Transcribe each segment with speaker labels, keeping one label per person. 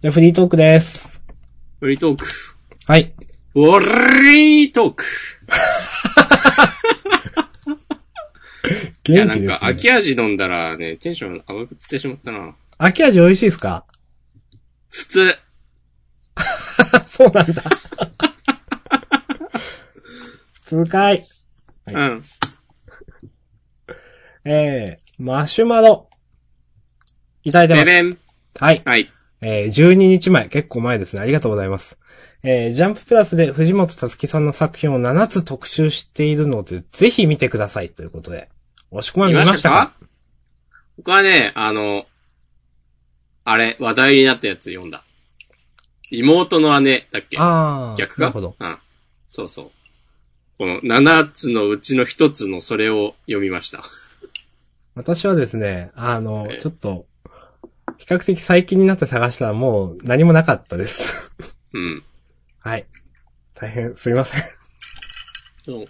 Speaker 1: じゃあフリートークです。
Speaker 2: フリートーク。
Speaker 1: はい。
Speaker 2: フリートーク。いや、
Speaker 1: 元
Speaker 2: な
Speaker 1: 気で
Speaker 2: ん
Speaker 1: す、ね
Speaker 2: か、。秋味飲んだらね、テンション上がってしまったな。
Speaker 1: 秋味美味しいですか
Speaker 2: 普通。
Speaker 1: そうなんだ。普通かい。
Speaker 2: う
Speaker 1: は
Speaker 2: ん。
Speaker 1: えー、マシュマロ。いただいてま
Speaker 2: ベ
Speaker 1: す。
Speaker 2: ベン。
Speaker 1: はい。
Speaker 2: はい。
Speaker 1: えー、12日前、結構前ですね。ありがとうございます。えー、ジャンププラスで藤本たつきさんの作品を7つ特集しているので、ぜひ見てくださいということで。押し込まれ
Speaker 2: い
Speaker 1: 見
Speaker 2: ま
Speaker 1: ま
Speaker 2: し
Speaker 1: した
Speaker 2: た
Speaker 1: か
Speaker 2: か僕はね、あの、あれ、話題になったやつ読んだ。妹の姉だっけ
Speaker 1: ああ。
Speaker 2: 逆か
Speaker 1: なるほど。
Speaker 2: うん。そうそう。この7つのうちの1つのそれを読みました。
Speaker 1: 私はですね、あの
Speaker 2: え、え
Speaker 1: ちょっと、比較的最近になって探したらもう何もなかったです。
Speaker 2: うん。
Speaker 1: はい。大変すいません。
Speaker 2: そう。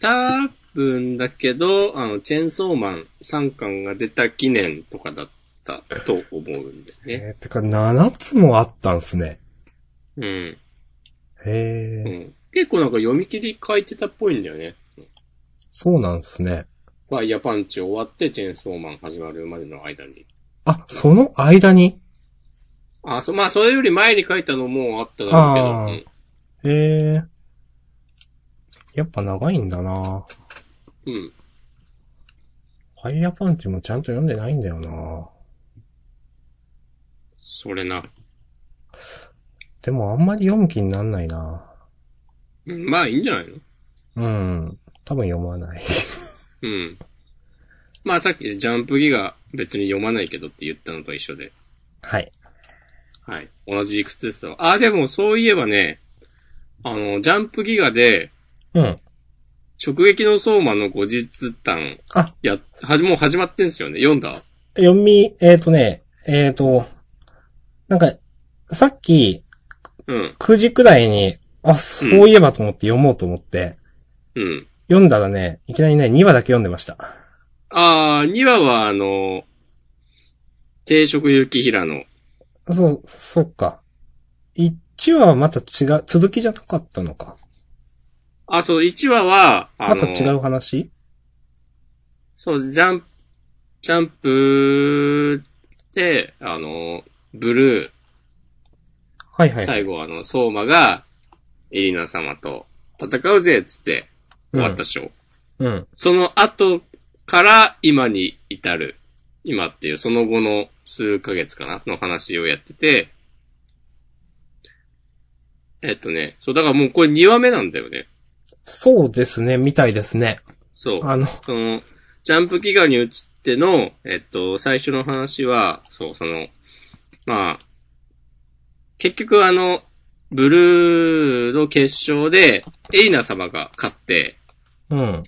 Speaker 2: 多分だけど、あの、チェーンソーマン3巻が出た記念とかだったと思うんだよね。
Speaker 1: えー、てか7つもあったんすね。
Speaker 2: うん。
Speaker 1: へ
Speaker 2: う
Speaker 1: え、
Speaker 2: ん。結構なんか読み切り書いてたっぽいんだよね。
Speaker 1: そうなんすね。
Speaker 2: ファイヤーパンチ終わってチェーンソーマン始まるまでの間に。
Speaker 1: あ、その間に
Speaker 2: あ、そ、まあ、それより前に書いたのもあっただろうけど。
Speaker 1: へえ。やっぱ長いんだな
Speaker 2: うん。うん。
Speaker 1: ファイヤーパンチもちゃんと読んでないんだよな
Speaker 2: それな。
Speaker 1: でもあんまり読む気になんないな
Speaker 2: うん、まあ、いいんじゃないの
Speaker 1: うん。多分読まない。
Speaker 2: うん。まあ、さっきジャンプギが別に読まないけどって言ったのと一緒で。
Speaker 1: はい。
Speaker 2: はい。同じ理屈ですよ。あ、でもそういえばね、あの、ジャンプギガで、
Speaker 1: うん。
Speaker 2: 直撃の相馬の後日談、
Speaker 1: あ
Speaker 2: や、はじ、もう始まってんすよね。読んだ
Speaker 1: 読み、えっ、とね、えっ、と、なんか、さっき
Speaker 2: うん。
Speaker 1: 9時くらいに、あ、そういえばと思って読もうと思って、
Speaker 2: うん。
Speaker 1: 読んだらね、いきなりね、2話だけ読んでました。
Speaker 2: あー、2話はあの、定食雪平の。
Speaker 1: そう、そっか。1話はまた違う、続きじゃなかったのか。
Speaker 2: あ、そう、1話は、
Speaker 1: ま
Speaker 2: あの、
Speaker 1: た違う話
Speaker 2: そう、ジャン、ジャンプで、あの、ブル
Speaker 1: はい
Speaker 2: ー、
Speaker 1: はい。
Speaker 2: 最後あの、相馬が、エリナ様と戦うぜっつって、終わったっしょ。
Speaker 1: うん。
Speaker 2: その後から今に至る、今っていうその後の数ヶ月かなの話をやってて、えっとね、そう、だからもうこれ2話目なんだよね。
Speaker 1: そうですね、みたいですね。
Speaker 2: そう。
Speaker 1: あの、
Speaker 2: その、ジャンプ祈願に移っての、えっと、最初の話は、そう、その、まあ、結局あの、ブルーの決勝で、エリナ様が勝って、
Speaker 1: うん。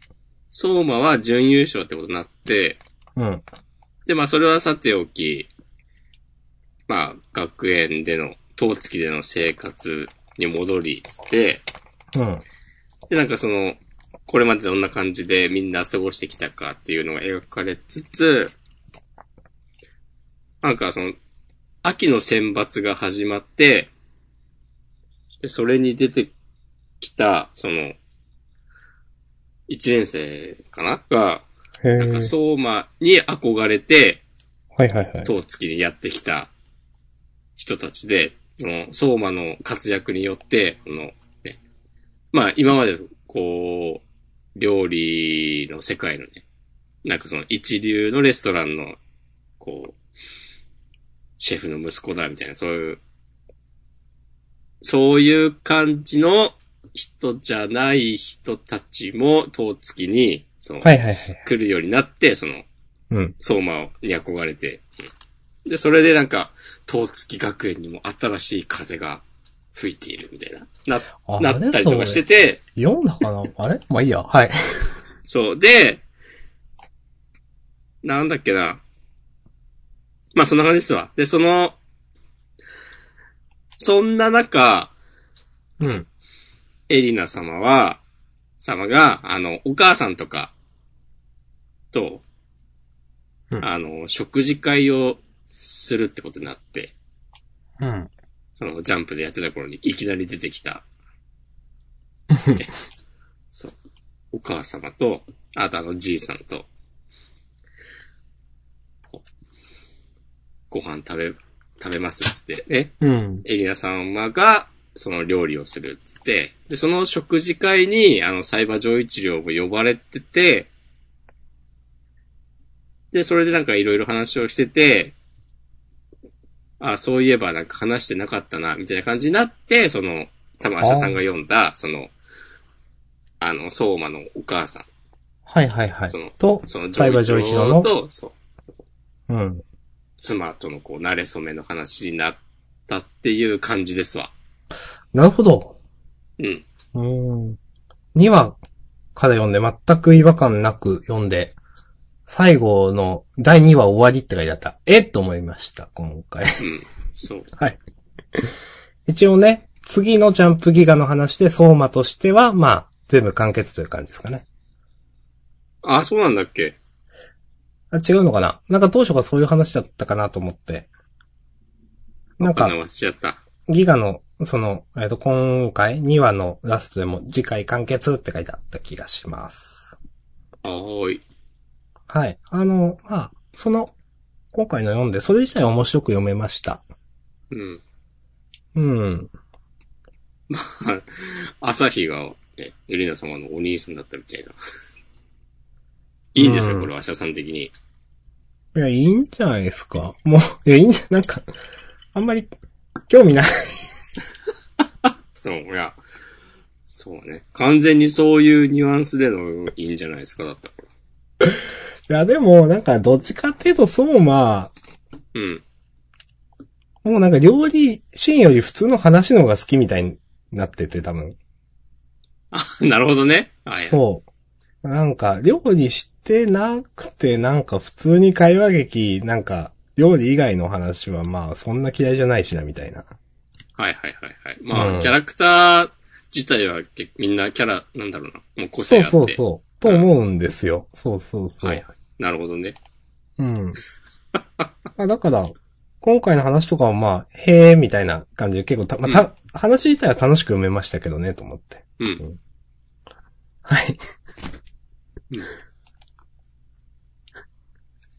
Speaker 2: 相馬は準優勝ってことになって、
Speaker 1: うん。
Speaker 2: で、まあ、それはさておき、まあ、学園での、塔付きでの生活に戻り、つって、
Speaker 1: うん。
Speaker 2: で、なんかその、これまでどんな感じでみんな過ごしてきたかっていうのが描かれつつ、なんかその、秋の選抜が始まって、で、それに出てきた、その、一年生かなが、
Speaker 1: へえ。
Speaker 2: なんか相馬に憧れて、
Speaker 1: はいはいはい。
Speaker 2: 当月にやってきた人たちで、その、相馬の活躍によって、この、ね、まあ今まで、こう、料理の世界のね、なんかその一流のレストランの、こう、シェフの息子だみたいな、そういう、そういう感じの人じゃない人たちも、当月に、その、
Speaker 1: はいはいはい。
Speaker 2: 来るようになって、その、
Speaker 1: うん。
Speaker 2: 相馬に憧れて。で、それでなんか、東月学園にも新しい風が吹いているみたいな、
Speaker 1: あ
Speaker 2: な、なったりとかして
Speaker 1: そ
Speaker 2: て、
Speaker 1: れ読んだかなあれまあいいや。はい。
Speaker 2: そう、で、なんだっけな。まあ、そんな感じですわ。で、その、そんな中、
Speaker 1: うん。
Speaker 2: エリナ様は、様が、あの、お母さんとか、と、
Speaker 1: うん
Speaker 2: あの、食事会をするってことになって、
Speaker 3: うん。
Speaker 2: そのジャンプでやってた頃にいきなり出てきた。ねそう。お母様と、あとあのじいさんと、こうご飯食べ、食べますっつって、え、
Speaker 3: うん。
Speaker 2: エリナ様が、その料理をするっつって、で、その食事会に、あの、サイバー上一郎も呼ばれてて、で、それでなんかいろいろ話をしてて、あ、そういえばなんか話してなかったな、みたいな感じになって、その、多分、アシャさんが読んだ、その、あの、相馬のお母さん、
Speaker 3: はいはいはい
Speaker 2: そ。の、
Speaker 1: と、
Speaker 2: その、
Speaker 1: サイバー上一郎の
Speaker 2: と、そう、
Speaker 1: うん。
Speaker 2: 妻とのこう、慣れ初めの話になったっていう感じですわ。
Speaker 1: なるほど。
Speaker 2: うん。
Speaker 1: うーん。2話から読んで全く違和感なく読んで、最後の第2話終わりって書いてあった。えっと思いました、今回。
Speaker 2: うん。そう。
Speaker 1: 一応ね、次のジャンプギガの話で、相馬としては、まあ、全部完結という感じですかね。
Speaker 2: あ、そうなんだっけ
Speaker 1: あ違うのかななんか当初がそういう話だったかなと思って。なん
Speaker 2: あ
Speaker 1: か
Speaker 2: の、、忘れちゃった。
Speaker 1: ギガの、その、えっ、と、今回、2話のラストでも、次回完結って書いてあった気がします。
Speaker 2: あーい。
Speaker 1: はい。あの、まあ、その、今回の読んで、それ自体は面白く読めました。
Speaker 2: うん。
Speaker 1: うん。
Speaker 2: 朝日が、ね、エリナ様のお兄さんだったみたいな。いいんですよ、
Speaker 1: うん
Speaker 2: これは、社さん的に。
Speaker 1: いや、いいんじゃないですか。もう、い や、いいんじゃ、なんか、あんまり、興味ない。
Speaker 2: そう、いや。そうね。完全にそういうニュアンスでのいいんじゃないですか、だったから。
Speaker 1: いや、でも、なんか、どっちかっていうと、そうまあ、
Speaker 2: うん。
Speaker 1: もうなんか、料理シーンより普通の話の方が好きみたいになってて、多分。
Speaker 2: あ、なるほどね。はい。
Speaker 1: そう。なんか、料理してなくて、なんか、普通に会話劇、なんか、料理以外の話は、まあ、そんな嫌いじゃないしな、みたいな。
Speaker 2: はいはいはいはい。まあ、
Speaker 1: うん
Speaker 2: キャラクター自体は結みんなキャラ、なんだろうな。もう個性あって。
Speaker 1: そうそうそう。と思うんですよ。そうそうそう。
Speaker 2: はいはい。なるほどね。
Speaker 1: うん。 まあだから、今回の話とかはまあ、へえ、みたいな感じで結構た、まあた、
Speaker 2: う
Speaker 1: 話自体は楽しく読めましたけどね、と思って。
Speaker 2: うん。
Speaker 1: はい。
Speaker 2: うん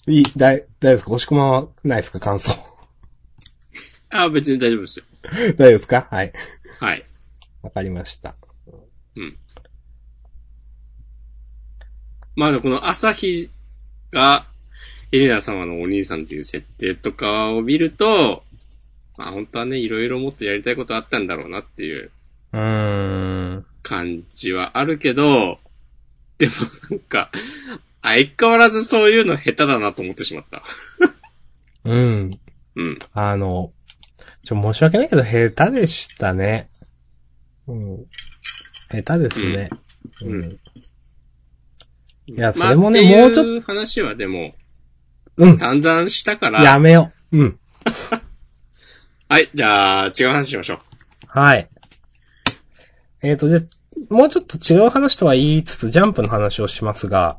Speaker 1: いい、だい、大丈夫ですか押し込まはないですか感想。
Speaker 2: あ、別に大丈夫ですよ。
Speaker 1: 大丈夫ですかはい。
Speaker 2: はい。
Speaker 1: わかりました。
Speaker 2: まあ、この朝日が、エレナ様のお兄さんっていう設定とかを見ると、まあ本当はね、いろいろもっとやりたいことあったんだろうなっていう
Speaker 1: うーん。
Speaker 2: 感じはあるけど、でもなんか、相変わらずそういうの下手だなと思ってしまった。
Speaker 1: うん。
Speaker 2: うん。
Speaker 1: あの、ちょ、申し訳ないけど、下手でしたね。うん。下手ですね。
Speaker 2: うん
Speaker 1: うん。いや
Speaker 2: まあ
Speaker 1: それもね
Speaker 2: ってい
Speaker 1: もうちょ
Speaker 2: う話はでも、
Speaker 1: うん。
Speaker 2: 散々したから、
Speaker 1: やめよう。うん。
Speaker 2: はい、じゃあ、違う話しましょう。
Speaker 1: はい。えっ、と、じゃあ、もうちょっと違う話とは言いつつ、ジャンプの話をしますが、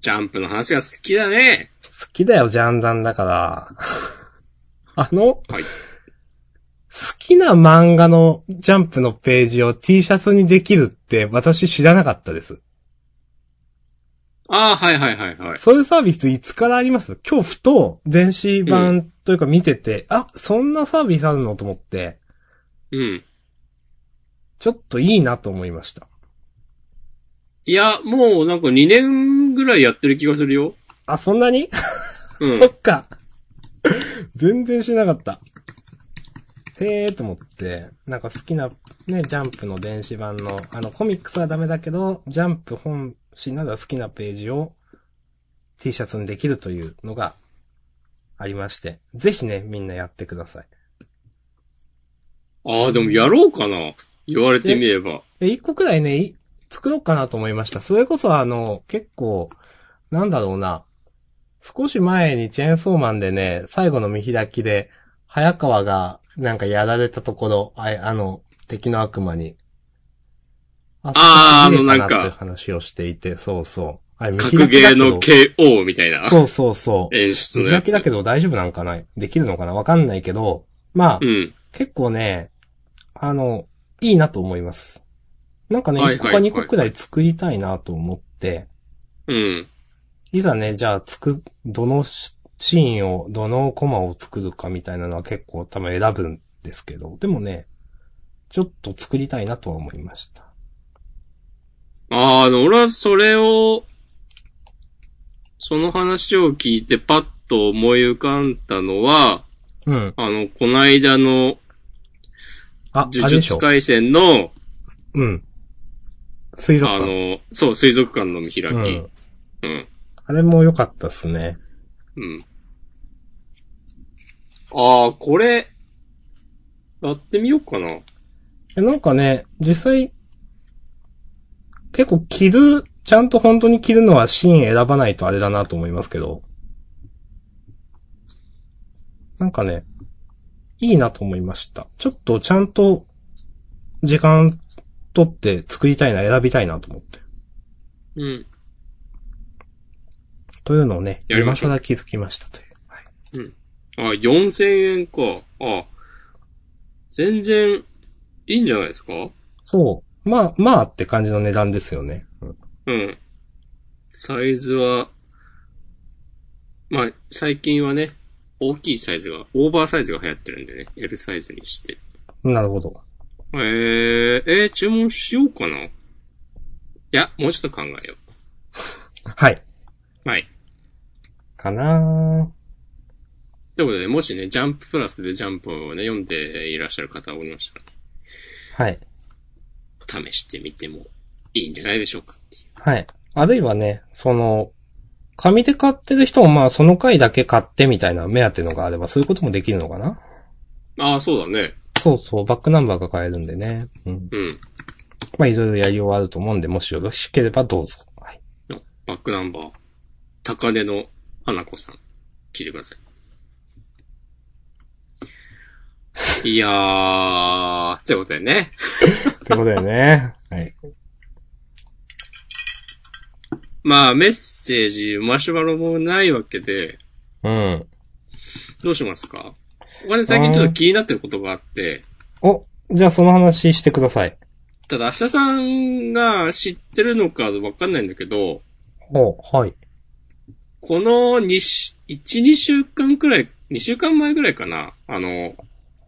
Speaker 2: ジャンプの話が好きだね。
Speaker 1: 好きだよ、ジャンダンだから。 あの、
Speaker 2: はい。
Speaker 1: 好きな漫画のジャンプのページを T シャツにできるって私知らなかったです。
Speaker 2: ああ、はいはいはいはい。
Speaker 1: そういうサービスいつからあります今日ふと電子版というか見てて、あ、そんなサービスあるのと思って、
Speaker 2: うん。
Speaker 1: ちょっといいなと思いました。
Speaker 2: いや、もうなんか2年ぐらいやってる気がするよ。
Speaker 1: あ、そんなに
Speaker 2: う
Speaker 1: そ
Speaker 2: ん。
Speaker 1: っか。全然しなかった。へえーと思って、なんか好きなね、ジャンプの電子版の、あの、コミックスはダメだけど、ジャンプ本誌など好きなページを T シャツにできるというのがありまして、ぜひね、みんなやってください。
Speaker 2: ああ、でもやろうかな。言われてみれば。
Speaker 1: え、一個くらいね、い作ろうかなと思いました。それこそあの、結構、なんだろうな。少し前にチェーンソーマンでね、最後の見開きで、早川がなんかやられたところ、ああの、敵の悪魔に。あ
Speaker 2: あー
Speaker 1: そこ
Speaker 2: あのなん
Speaker 1: 見
Speaker 2: か
Speaker 1: れたっていう話をしていて、そうそう。あれ見開きだ
Speaker 2: 格
Speaker 1: け
Speaker 2: ゲー
Speaker 1: ど
Speaker 2: の KO みたいな
Speaker 1: そうそうそう。
Speaker 2: 演出
Speaker 1: 見
Speaker 2: のや
Speaker 1: 開き
Speaker 2: つ。
Speaker 1: だけど大丈夫なんかなできるのかなわかんないけど、まあ、
Speaker 2: うん。
Speaker 1: 結構ね、あの、いいなと思います。なんかね、
Speaker 2: はい
Speaker 1: 1個か
Speaker 2: はい
Speaker 1: 2個くらい作りたいなと思って、
Speaker 2: うん。
Speaker 1: いざね、じゃあ作、どのシシーンを、どのコマを作るかみたいなのは結構多分選ぶんですけど、でもね、ちょっと作りたいなとは思いました。
Speaker 2: ああ、でも俺はそれを、その話を聞いてパッと思い浮かんだのは、
Speaker 1: うん。
Speaker 2: あの、こないだの
Speaker 1: あ、あ
Speaker 2: 呪
Speaker 1: れでし
Speaker 2: 術
Speaker 1: ょ
Speaker 2: 廻戦の、
Speaker 1: うん。水族
Speaker 2: あ
Speaker 1: 館。
Speaker 2: の、そう、水族館の見開
Speaker 1: う
Speaker 2: き
Speaker 1: ん。。
Speaker 2: うん。
Speaker 1: あれも良かったっすね。
Speaker 2: うん。ああ、これ、やってみようかな。
Speaker 1: えなんかね、実際、結構着る、ちゃんと本当に着るのはシーン選ばないとあれだなと思いますけど。なんかね、いいなと思いました。ちょっとちゃんと時間取って作りたいな、選びたいなと思って。
Speaker 2: うん。
Speaker 1: というのをね、
Speaker 2: やりましょう
Speaker 1: 今更気づきましたという。はい
Speaker 2: あ、4000円か。あ、全然、いいんじゃないですか
Speaker 1: そう。まあ、まあって感じの値段ですよね。うん
Speaker 2: うん。サイズは、まあ、最近はね、大きいサイズが、オーバーサイズが流行ってるんでね、L サイズにして。
Speaker 1: なるほど。
Speaker 2: えー、えー、注文しようかな。いや、もうちょっと考えよ
Speaker 1: はい。
Speaker 2: う。はい。
Speaker 1: かなー
Speaker 2: ということで、もしね、ジャンププラスでジャンプをね、読んでいらっしゃる方がおりました
Speaker 1: はい。
Speaker 2: ら、試してみてもいいんじゃないでしょうかっていう。
Speaker 1: はい。あるいはね、その、紙で買ってる人もまあその回だけ買ってみたいな目当てのがあればそういうこともできるのかな
Speaker 2: ああ、そうだね。
Speaker 1: そうそう、バックナンバーが買えるんでね。うん。
Speaker 2: うん。
Speaker 1: まあいろいろやりようはあると思うんで、もしよろしければどうぞ。はい。
Speaker 2: バックナンバー、高根の花子さん、聞いてください。い やー、ということでね。
Speaker 1: ってことだよね。 はい。
Speaker 2: まあ、メッセージ、マシュマロもないわけで、
Speaker 1: うん。
Speaker 2: どうしますか僕はね、最近ちょっと気になってることがあって、
Speaker 1: お、じゃあその話してください。
Speaker 2: ただ、明日さんが知ってるのかわかんないんだけど、
Speaker 1: お、はい。
Speaker 2: この2し、1、2週間くらい、2週間前くらいかな、あの、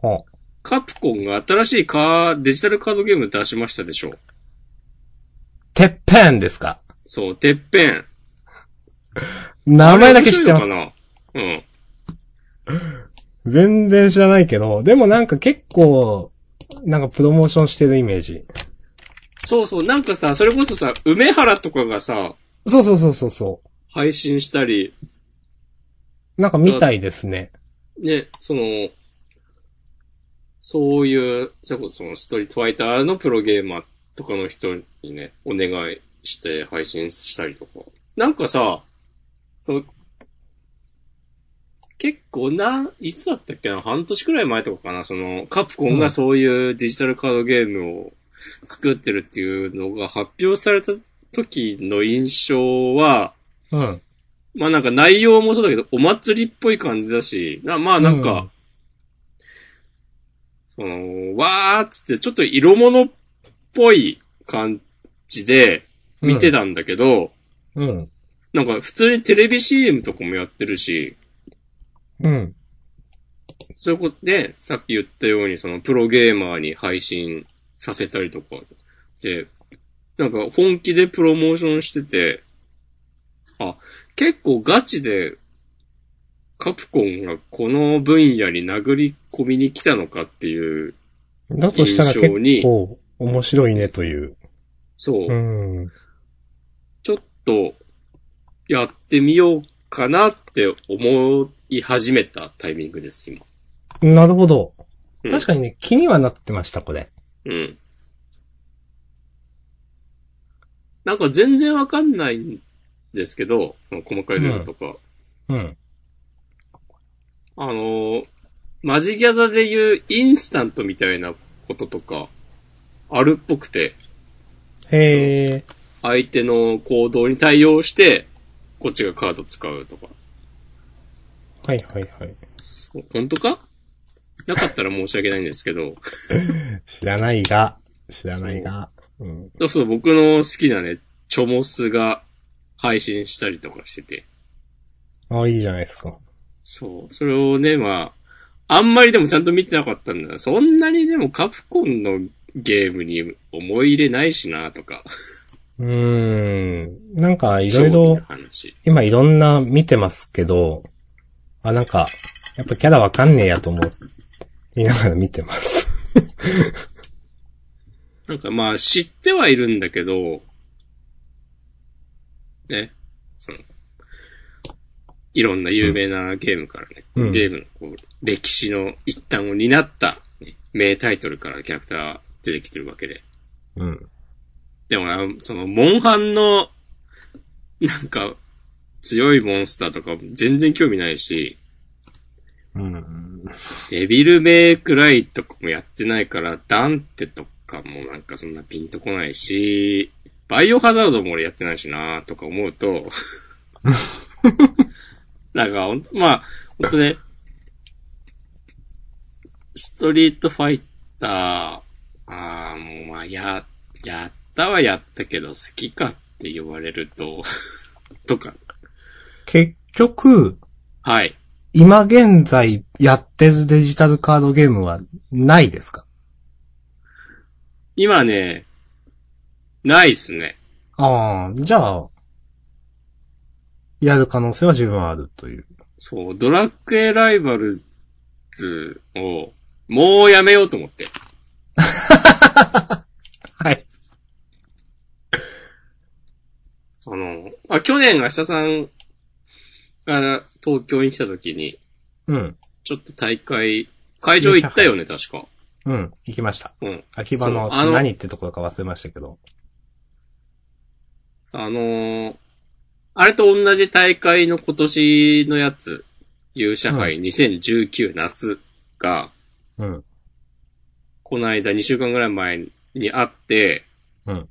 Speaker 1: お、
Speaker 2: カプコンが新しいカー、デジタルカードゲーム出しましたでしょ
Speaker 1: てっぺんですか
Speaker 2: そう、てっぺん。
Speaker 1: 名前だけ知ってま
Speaker 2: あ
Speaker 1: す。
Speaker 2: れ面白いのか
Speaker 1: 全然知らないけど、でもなんか結構、なんかプロモーションしてるイメージ。
Speaker 2: なそうそう、なんかさ、それこそさ、梅原とかがさ、
Speaker 1: そうそうそうそうそ
Speaker 2: 配信したり、
Speaker 1: う。なんかみたいですね。
Speaker 2: ね、その、そういう、それこそそのストリートファイターのプロゲーマーとかの人にね、お願いして配信したりとか。なんかさ、その、結構な、いつだったっけな、半年くらい前とかかな、その、カプコンがそういうデジタルカードゲームを作ってるっていうのが発表された時の印象は、
Speaker 1: うん。
Speaker 2: まあなんか内容もそうだけど、お祭りっぽい感じだし、なまあなんか、
Speaker 1: うん
Speaker 2: その、わーっつって、ちょっと色物っぽい感じで見てたんだけど、
Speaker 1: うん。
Speaker 2: なんか普通にテレビ CM とかもやってるし、
Speaker 1: うん。
Speaker 2: そこで、さっき言ったように、そのプロゲーマーに配信させたりとか、で、なんか本気でプロモーションしてて、あ、結構ガチで、カプコンがこの分野に殴り込みに来たのかっていう、
Speaker 1: だとしたら結
Speaker 2: 印象に
Speaker 1: 構面白いねという。
Speaker 2: そうう、
Speaker 1: ん。
Speaker 2: ちょっと、やってみようかなって思い始めたタイミングです、今。
Speaker 1: なるほど。
Speaker 2: うん
Speaker 1: 確かにね、気にはなってました、これ。
Speaker 2: うん。なんか全然わかんないんですけど、細かいルールとか。
Speaker 1: うん。
Speaker 2: あのーマジギャザで言うインスタントみたいなこととか、あるっぽくて、
Speaker 1: へえ。
Speaker 2: 相手の行動に対応して、こっちがカード使うとか。
Speaker 1: はいはいはい。
Speaker 2: そう本当かなかったら申し訳ないんですけど、
Speaker 1: 知らないが、知らないが。うん。
Speaker 2: そうそう、僕の好きなね、チョモスが配信したりとかしてて、
Speaker 1: あ、いいじゃないですか。
Speaker 2: そう、それをね、まあ、あんまりでもちゃんと見てなかったんだな。そんなにでもカプコンのゲームに思い入れないしな、とか。
Speaker 1: うーん。なんか、いろい
Speaker 2: そう
Speaker 1: ろ
Speaker 2: う、話。
Speaker 1: 今いろんな見てますけど、あ、なんか、やっぱキャラわかんねえやと思う。言いながら見てます。
Speaker 2: なんかまあ、知ってはいるんだけど、ね、その、いろんな有名なゲームからね、
Speaker 1: うん
Speaker 2: ゲームのこう歴史の一端を担った、ね名タイトルからキャラクターが出てきてるわけで。
Speaker 1: うん。
Speaker 2: でもな、その、モンハンの、なんか、強いモンスターとか全然興味ないし、
Speaker 1: うん。
Speaker 2: デビルメイクライとかもやってないから、ダンテとかもなんかそんなピンとこないし、バイオハザードも俺やってないしなとか思うと、なんかほんと、まあ、ほんとね、ストリートファイター、ああ、もうまあ、や、やったはやったけど、好きかって言われると、 とか、
Speaker 1: 結局、
Speaker 2: はい。
Speaker 1: 今現在やってるデジタルカードゲームはないですか
Speaker 2: 今ね、ないっすね。
Speaker 1: ああ、じゃあ、やる可能性は十分あるという。
Speaker 2: そう、ドラクエライバルズを、もうやめようと思って。
Speaker 1: はい。
Speaker 2: あの、あ、去年、明日さんが東京に来た時に、
Speaker 1: うん。
Speaker 2: ちょっと大会、会場行ったよね、確か。
Speaker 1: うん。行きました。
Speaker 2: うん。
Speaker 1: 秋葉の
Speaker 2: そうあの
Speaker 1: 何ってところか忘れましたけど。
Speaker 2: あのーあれと同じ大会の今年のやつ、勇者杯2019夏が、
Speaker 1: うん。
Speaker 2: この間2週間ぐらい前にあって、
Speaker 1: うん。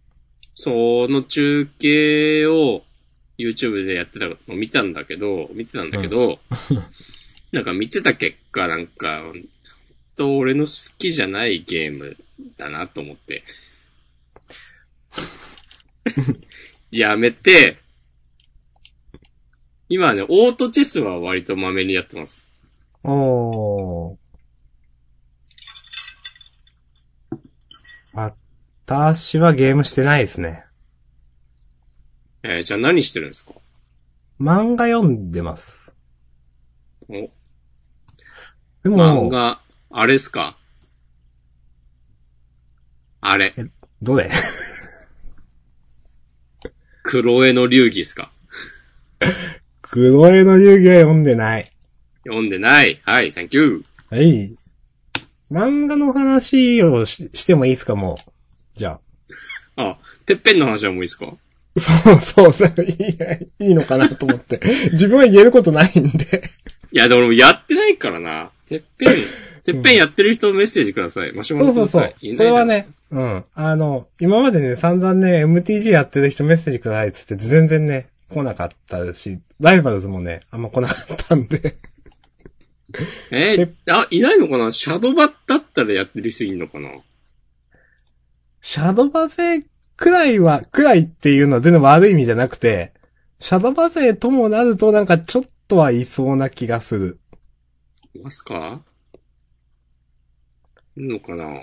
Speaker 2: その中継を YouTube でやってたのを見たんだけど、見てたんだけど、 なんか見てた結果、なんか、ほんと俺の好きじゃないゲームだなと思 って。やめて、今はね、オートチェスは割とまめにやってます。
Speaker 1: おー。私はゲームしてないですね。
Speaker 2: えーじゃあ何してるんですか
Speaker 1: 漫画読んでます。
Speaker 2: お
Speaker 1: で
Speaker 2: 漫
Speaker 1: も、
Speaker 2: 画、あれっすかあれ、
Speaker 1: どれ
Speaker 2: 黒江の流儀っすか
Speaker 1: 黒江の遊戯は読んでない。
Speaker 2: 読んでない。はい、サンキュー。
Speaker 1: はい。漫画の話をししてもいいですか、もう。じゃ
Speaker 2: あ、てっぺんの話はもういいですか
Speaker 1: あ。そう そうそう、いやいいのかなと思って。 自分は言えることないんで。
Speaker 2: いや、でも俺もやってないからな。てっぺん、てっぺんやってる人メッセージください。マシュマ
Speaker 1: そ
Speaker 2: ロ
Speaker 1: う
Speaker 2: く
Speaker 1: そう
Speaker 2: だ
Speaker 1: そ
Speaker 2: さい。
Speaker 1: う。それは。ね、うん。あの、今までね、散々ね、MTG やってる人メッセージくださいっつって全然ね、来なかったし、ライバルズもね、あんま来なかったんで。
Speaker 2: え
Speaker 1: て
Speaker 2: ーあ、いないのかなシャドバだったらやってる人いんのかな
Speaker 1: シャドバ勢くらいは、くらいっていうのは全然悪い意味じゃなくて、シャドバ勢ともなるとなんかちょっとはいそうな気がする。
Speaker 2: いますかいるのかな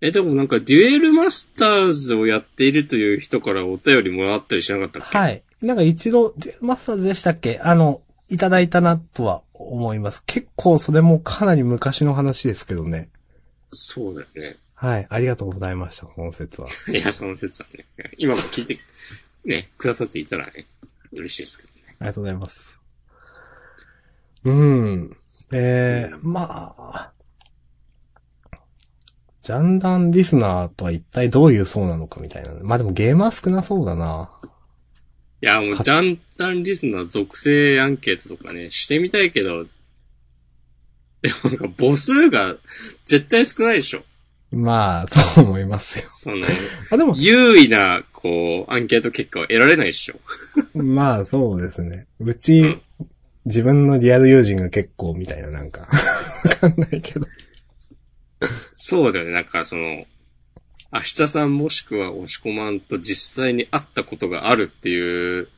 Speaker 2: え、でもなんか、デュエルマスターズをやっているという人からお便りもらったりしなかったっけ
Speaker 1: はい。なんか一度、でマスターズでしたっけあの、いただいたなとは思います。結構それもかなり昔の話ですけどね。
Speaker 2: そうだよね。
Speaker 1: はい。ありがとうございました、この説は。
Speaker 2: いや、その説はね。今も聞いて、ね、くださっていたらね、嬉しいですけどね。
Speaker 1: ありがとうございます。うん。えー、まあ。ジャンダンリスナーとは一体どういう層なのかみたいな。まあでもゲーマー少なそうだな。
Speaker 2: いや、もう、
Speaker 1: か
Speaker 2: ジャンダンリスナー属性アンケートとかね、してみたいけど、でもなんか母数が絶対少ないでしょ。
Speaker 1: まあ、そう思いますよ。
Speaker 2: そんな、
Speaker 1: あ、で も、
Speaker 2: 優位な、こう、アンケート結果を得られないでしょ。
Speaker 1: まあそうですね。うち、自分のリアル友人が結構みたいななんか、わかんないけど。
Speaker 2: そうだよね。なんかその、明日さんもしくは押し込まんと実際に会ったことがあるっていう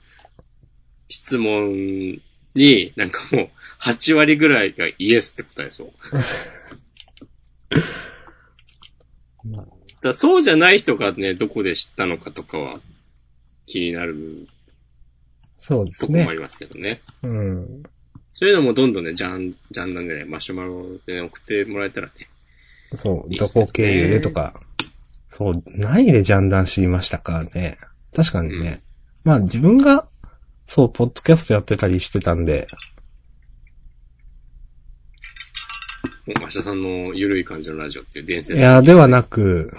Speaker 2: 質問に、なんかもう8割ぐらいがイエスって答えそう。
Speaker 1: まあ
Speaker 2: だからそうじゃない人がね、どこで知ったのかとかは気になる
Speaker 1: そうで
Speaker 2: と
Speaker 1: す
Speaker 2: こも
Speaker 1: ね
Speaker 2: あ。りますけどね。
Speaker 1: うん。
Speaker 2: そういうのもどんどんね、ジャン、ジャンなんでね、マシュマロで送ってもらえたらね。
Speaker 1: そう、
Speaker 2: いいっ
Speaker 1: ど
Speaker 2: すね
Speaker 1: こ経由でとか。そう、何でジャンダン知りましたかね。確かにね。まあ自分が、そう、ポッドキャストやってたりしてたんで、
Speaker 2: もう明日さんのゆるい感じのラジオっていう伝
Speaker 1: い
Speaker 2: 説
Speaker 1: や、ではなく、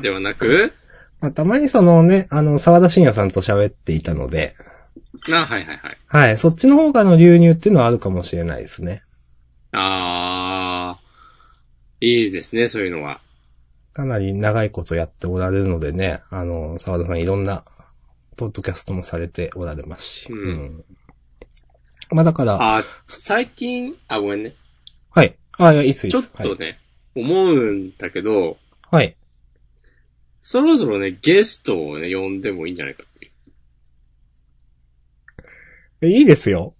Speaker 2: ではなく、
Speaker 1: まあ、たまにそのね、あの、沢田信也さんと喋っていたので、
Speaker 2: あ、はいはいはい。
Speaker 1: はい、そっちの方がの流入っていうのはあるかもしれないですね。
Speaker 2: あー、いいですね、そういうのは。
Speaker 1: かなり長いことやっておられるのでね、あの、沢田さんいろんな、ポッドキャストもされておられますし。
Speaker 2: うん
Speaker 1: んまあだから、
Speaker 2: あ、最近、あ、ごめんね。
Speaker 1: はい。あ、いや、いいっす、いい
Speaker 2: ちょ
Speaker 1: す
Speaker 2: っとね、思うんだけど、
Speaker 1: はい。はい。
Speaker 2: そろそろね、ゲストをね、呼んでもいいんじゃないかっていう。
Speaker 1: えいいですよ。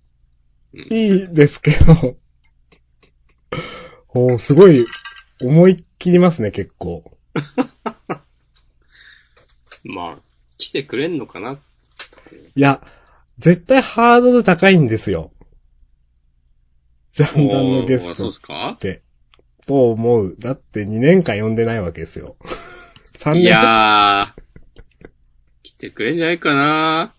Speaker 2: うん
Speaker 1: いいですけど。 おーすごい、思い切りますね、結構。
Speaker 2: まあ、来てくれんのかない
Speaker 1: や、絶対ハードル高いんですよ。ジャンダンのゲ
Speaker 2: おー
Speaker 1: ス
Speaker 2: そう
Speaker 1: ト
Speaker 2: っすか
Speaker 1: って、と思う。だって2年間呼んでないわけですよ。3年
Speaker 2: いやー、来てくれんじゃないかな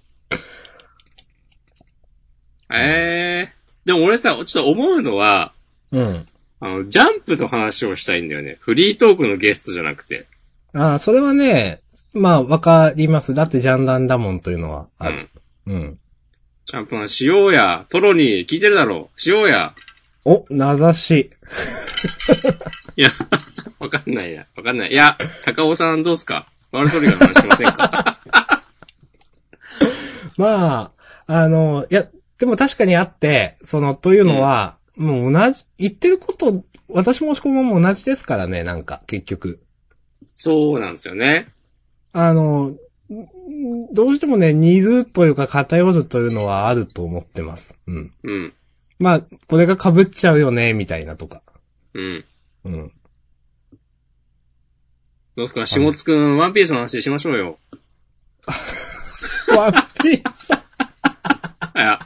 Speaker 2: ええー。でも俺さ、ちょっと思うのは、
Speaker 1: うん。
Speaker 2: あの、ジャンプの話をしたいんだよね。フリートークのゲストじゃなくて。
Speaker 1: ああ、それはね、まあ、わかります。だってジャンダンだもんというのは
Speaker 2: う
Speaker 1: ある。
Speaker 2: ん。
Speaker 1: うん。
Speaker 2: ジャンプのしようや、トロに聞いてるだろう、しようや。
Speaker 1: お、名指し。
Speaker 2: いや、わかんないな。わかんない。いや、高尾さんどうすかワールドトリガーの話しませ んか
Speaker 1: まあ、あの、いや、でも確かにあって、その、というのは、もう同じ、言ってること、私も押し込むも同じですからね、なんか、結局。
Speaker 2: そうなんですよね。
Speaker 1: あの、んどうしてもね、似るというか偏るというのはあると思ってます。うん。
Speaker 2: うん。
Speaker 1: まあ、これが被っちゃうよね、みたいなとか。
Speaker 2: うん。
Speaker 1: うん。
Speaker 2: どうすか下津くん、ワンピースの話しましょうよ。
Speaker 1: ワンピース
Speaker 2: いや、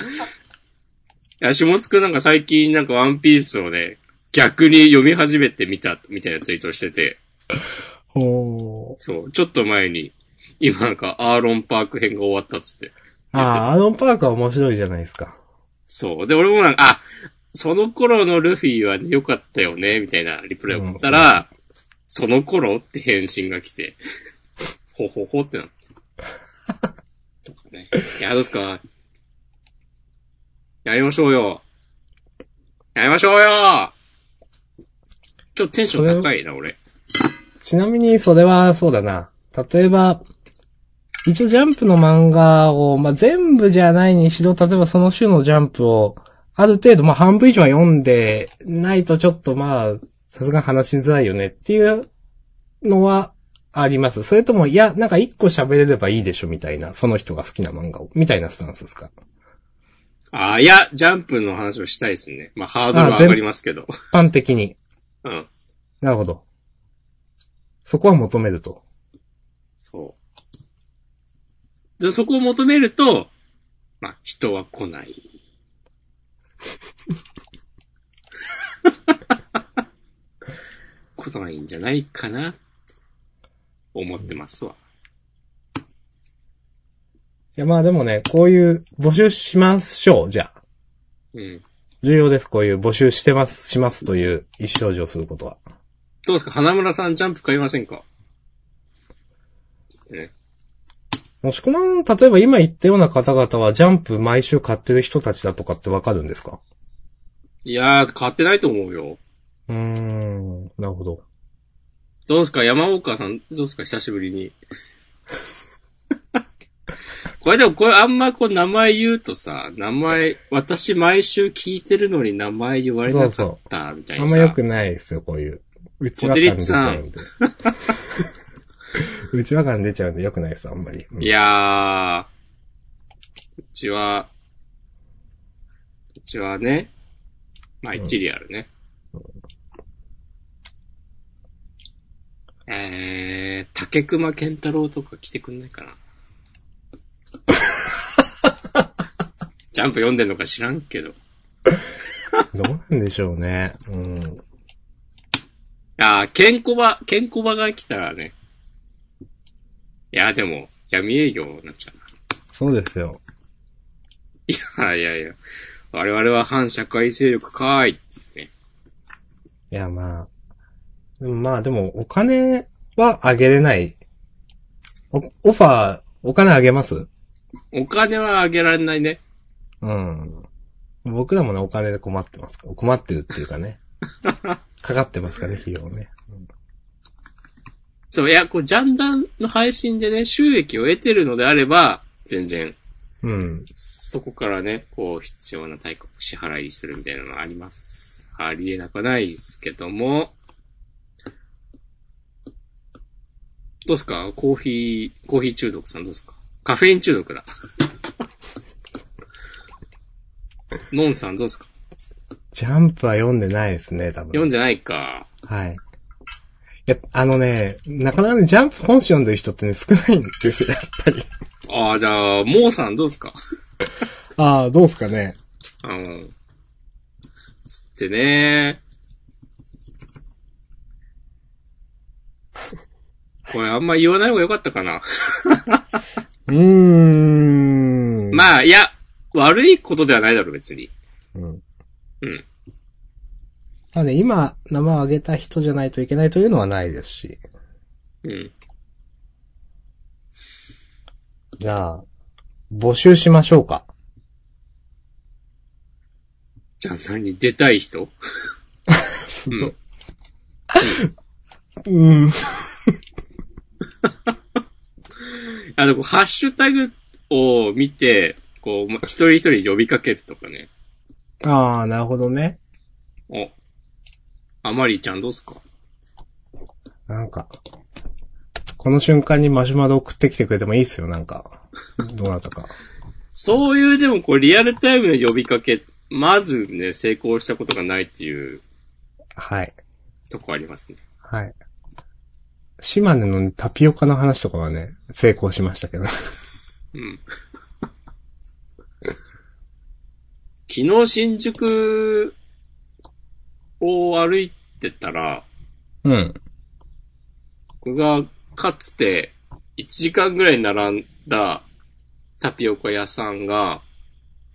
Speaker 2: いや、下津くんなんか最近なんかワンピースをね、逆に読み始めてみた、みたいなツイートしてて、
Speaker 1: ほー。
Speaker 2: そう、ちょっと前に、今なんかアーロンパーク編が終わったっつって。
Speaker 1: ああ、アーロンパークは面白いじゃないですか。
Speaker 2: そう。で、俺もなんか、あ、その頃のルフィは良かったよね、みたいなリプライを送ったら、その頃って返信が来て、ほほほってなって。とかね。いや、どうっすか。やりましょうよ。やりましょうよ今日テンション高いな、俺。
Speaker 1: ちなみに、それは、そうだな。例えば、一応ジャンプの漫画を、まあ、全部じゃないにしろ、例えばその週のジャンプを、ある程度、まあ、半分以上は読んでないとちょっと、まあ、さすがに話しづらいよねっていうのはあります。それとも、いや、なんか一個喋れればいいでしょ、みたいな。その人が好きな漫画を、みたいなスタンスですか。
Speaker 2: あー、いや、ジャンプの話をしたいですね。まあ、ハードルは上がりますけど。
Speaker 1: 一般的に。
Speaker 2: うん。
Speaker 1: なるほど。そこは求めると。
Speaker 2: そう。で、そこを求めると、まあ、人は来ない。 来ないんじゃないかな、と思ってますわ。
Speaker 1: いや、まあでもね、こういう、募集しましょう、じゃあ。
Speaker 2: うん。
Speaker 1: 重要です。こういう募集してます、しますという意思表示をすることは。
Speaker 2: どうですか花村さんジャンプ買いませんかつってね。
Speaker 1: もしくは、例えば今言ったような方々はジャンプ毎週買ってる人たちだとかってわかるんですか
Speaker 2: いやー、買ってないと思うよ。
Speaker 1: うーん、なるほど。
Speaker 2: どう ですか山岡さん、どうですか久しぶりに。ここれでもこれあんまこう名前言うとさ、名前、私毎週聞いてるのに名前言われなかったみたい
Speaker 1: あ
Speaker 2: なんさ。
Speaker 1: ま良くないですよ、こういう。うちわ感
Speaker 2: モデリ
Speaker 1: 出
Speaker 2: ッチ
Speaker 1: ち
Speaker 2: さ
Speaker 1: ゃ
Speaker 2: ん
Speaker 1: うん で。うちわ感出ちゃうんで良くないです、あんまり。うん
Speaker 2: いやー、うちは、うちはね、まあ
Speaker 1: うん
Speaker 2: 一理あるね。えー、竹熊健太郎とか来てくんないかな。ジャンプ読んでんのか知らんけど。
Speaker 1: どうなんでしょうね。うん。
Speaker 2: ああ、ケンコバ、ケンコバが来たらね。いや、でも、闇営業になっちゃ
Speaker 1: そうですよ。
Speaker 2: うな。いやいやいや。我々は反社会勢力かーいってね。
Speaker 1: いや、まあ。でもまあ、でも、お金はあげれない。お、オファー、お金あげます
Speaker 2: お金はあげられないね。
Speaker 1: うん。僕らもね、お金で困ってます。困ってるっていうか ね。かかってますかね、費用ね。
Speaker 2: そう、いや、こう、ジャンダンの配信でね、収益を得てるのであれば、全然、
Speaker 1: うん。
Speaker 2: そこからね、こう、必要な対価を支払いするみたいなのがあります。ありえなくはないですけども。どうですかコーヒー、コーヒー中毒さんどうですかカフェイン中毒だ。 ノンさんどうですか
Speaker 1: ジャンプは読んでないですね、多分。
Speaker 2: 読んでないか。
Speaker 1: はい。いや、あのね、なかなかね、ジャンプ本誌読んでる人ってね、少ないんですよ、やっぱり。
Speaker 2: ああ、じゃあ、モーさんどうですか
Speaker 1: ああ、どうすかね。
Speaker 2: あの、つってね。これあんま言わない方がよかったかな。
Speaker 1: うーん。
Speaker 2: まあ、いや、悪いことではないだろ、別に。
Speaker 1: うん。
Speaker 2: うん。
Speaker 1: なので、今、名前を挙げた人じゃないといけないというのはないですし。
Speaker 2: うん。
Speaker 1: じゃあ、募集しましょうか。
Speaker 2: じゃあ何出たい人うん。
Speaker 1: うん。
Speaker 2: あの、こうハッシュタグを見て、こう、ま一人一人呼びかけるとかね。
Speaker 1: ああ、なるほどね。
Speaker 2: お、あまりちゃんどうすか
Speaker 1: なんか、この瞬間にマシュマロ送ってきてくれてもいいっすよ、なんか。どうなったか。
Speaker 2: そういうでもこうリアルタイムの呼びかけ、まずね、成功したことがないっていう
Speaker 1: はい。
Speaker 2: とこありますね。
Speaker 1: はい。島根のタピオカの話とかはね、成功しましたけど。
Speaker 2: うん。昨日新宿を歩いてたら、
Speaker 1: うん。
Speaker 2: 僕がかつて1時間ぐらい並んだタピオカ屋さんが、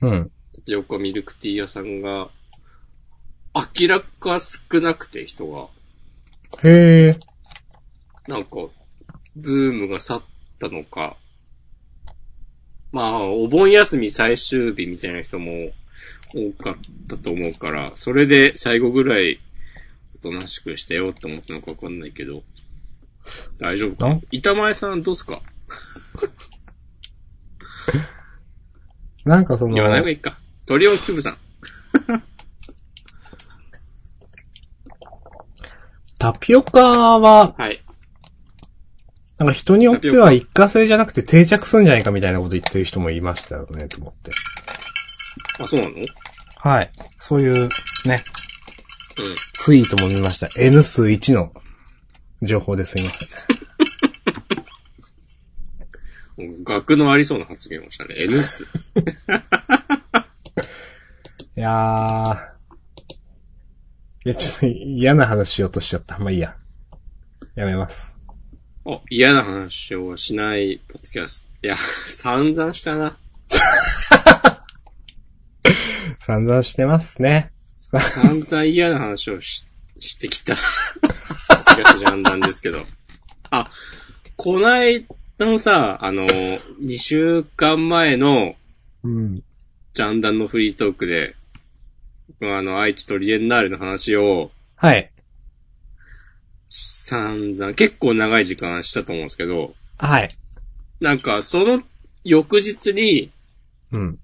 Speaker 1: うん。
Speaker 2: タピオカミルクティー屋さんが、明らか少なくて人が、
Speaker 1: へえ。
Speaker 2: なんか、ブームが去ったのか、まあ、お盆休み最終日みたいな人も多かったと思うから、それで最後ぐらい、おとなしくしてよって思ったのかわかんないけど、大丈夫か
Speaker 1: あ
Speaker 2: な板前さんどうすか
Speaker 1: なんかその
Speaker 2: 言、わない方がいいか。トリオンキューブさん。
Speaker 1: タピオカは、
Speaker 2: はい。
Speaker 1: なんか人によっては一過性じゃなくて定着すんじゃないかみたいなこと言ってる人もいましたよね、と思って。
Speaker 2: あ、そうなのうん。
Speaker 1: はい。そういう、ね、ツイートも見ました。N 数1の情報ですいません。
Speaker 2: 学のありそうな発言をしたね。N 数。
Speaker 1: いやー。いや、ちょっと嫌な話しようとしちゃった。まあいいや。やめます。
Speaker 2: お、嫌な話をしないポッドキャスト。いや、散々したな。
Speaker 1: 散々してますね。
Speaker 2: 散々嫌な話をししてきた。 ポッドキャストジャンダンですけど。あ、こないだのさ、あの、2週間前の
Speaker 1: うん。
Speaker 2: ジャンダンのフリートークで、僕はあの、愛知とリエンナーレの話を、
Speaker 1: はい。
Speaker 2: 散々、結構長い時間したと思うんですけど、
Speaker 1: はい。
Speaker 2: なんか、その翌日に、
Speaker 1: うん。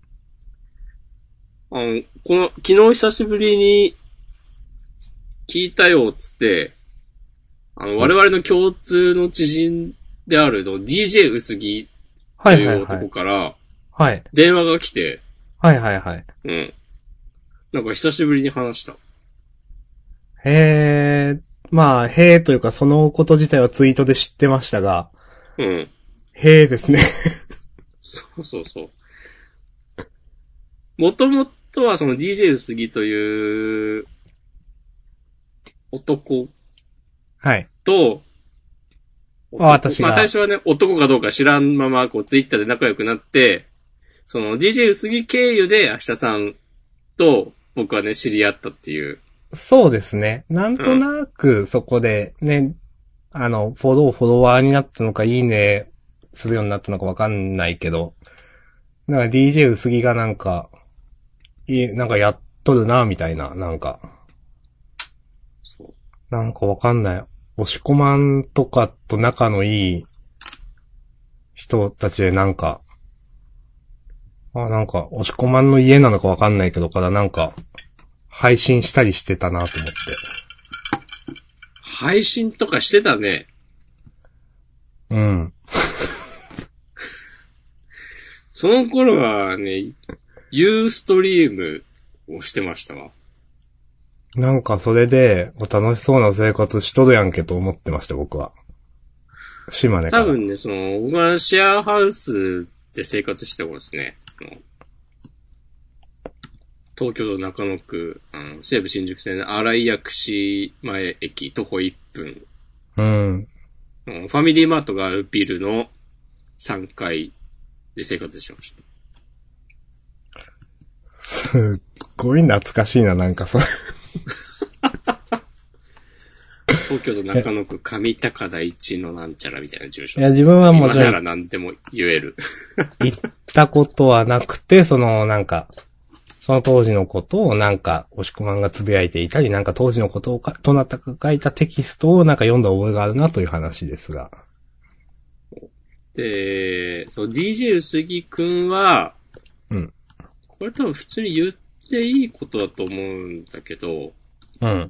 Speaker 2: あの、この、昨日久しぶりに聞いたよ、つって、あの、我々の共通の知人であるの DJ 薄木と
Speaker 1: はい
Speaker 2: い
Speaker 1: はいうは
Speaker 2: 男
Speaker 1: い。
Speaker 2: から
Speaker 1: はい。
Speaker 2: 電話が来て、
Speaker 1: はいはいはい。
Speaker 2: うん。なんか久しぶりに話した。
Speaker 1: へー。まあ、へーというか、そのこと自体はツイートで知ってましたが、
Speaker 2: うん。
Speaker 1: へーですね。
Speaker 2: そうそうそう。もともとはその DJ 薄木という男
Speaker 1: はい。
Speaker 2: と、
Speaker 1: あ私が
Speaker 2: まあ最初はね、男かどうか知らんまま、こうツイッターで仲良くなって、その DJ 薄木経由で明日さんと僕はね、知り合ったっていう。
Speaker 1: そうですね。なんとなく、そこで、ね、あの、フォロー、フォロワーになったのか、いいね、するようになったのかわかんないけど、なんか DJ 薄木がなんか、いい、なんかやっとるな、みたいな、なんか、
Speaker 2: そう
Speaker 1: なんかわかんない。押し込まんとかと仲のいい人たちでなんか、あ、なんか、押し込まんの家なのかわかんないけどからなんか、配信したりしてたなと思って。
Speaker 2: 配信とかしてたね。
Speaker 1: うん。
Speaker 2: その頃はね、ユーストリームをしてましたわ。
Speaker 1: なんかそれで、お楽しそうな生活しとるやんけと思ってました、僕は。島根か
Speaker 2: 多
Speaker 1: ら。
Speaker 2: 分ね、その、僕はシェアハウスで生活してた頃ですね。あの東京都中野区、あの西武新宿線の荒井薬師前駅徒歩1分、
Speaker 1: うん。
Speaker 2: あのファミリーマートがあるビルの3階で生活してました。
Speaker 1: すっごい懐かしいな、なんかそれ。
Speaker 2: 東京都中野区上高田一のなんちゃらみたいな住所
Speaker 1: い
Speaker 2: で
Speaker 1: や、
Speaker 2: す。
Speaker 1: 自分はもう
Speaker 2: 今な
Speaker 1: 行っ
Speaker 2: ら何でも言える。
Speaker 1: たことはなくて、その、なんか、その当時のことをなんか、押し込まんがつぶやいていたり、なんか当時のことをか、どなたかが書いたテキストをなんか読んだ覚えがあるなという話ですが。
Speaker 2: で、そう DJ 薄木くんは、
Speaker 1: うん
Speaker 2: これ多分普通に言っていいことだと思うんだけど、
Speaker 1: うん。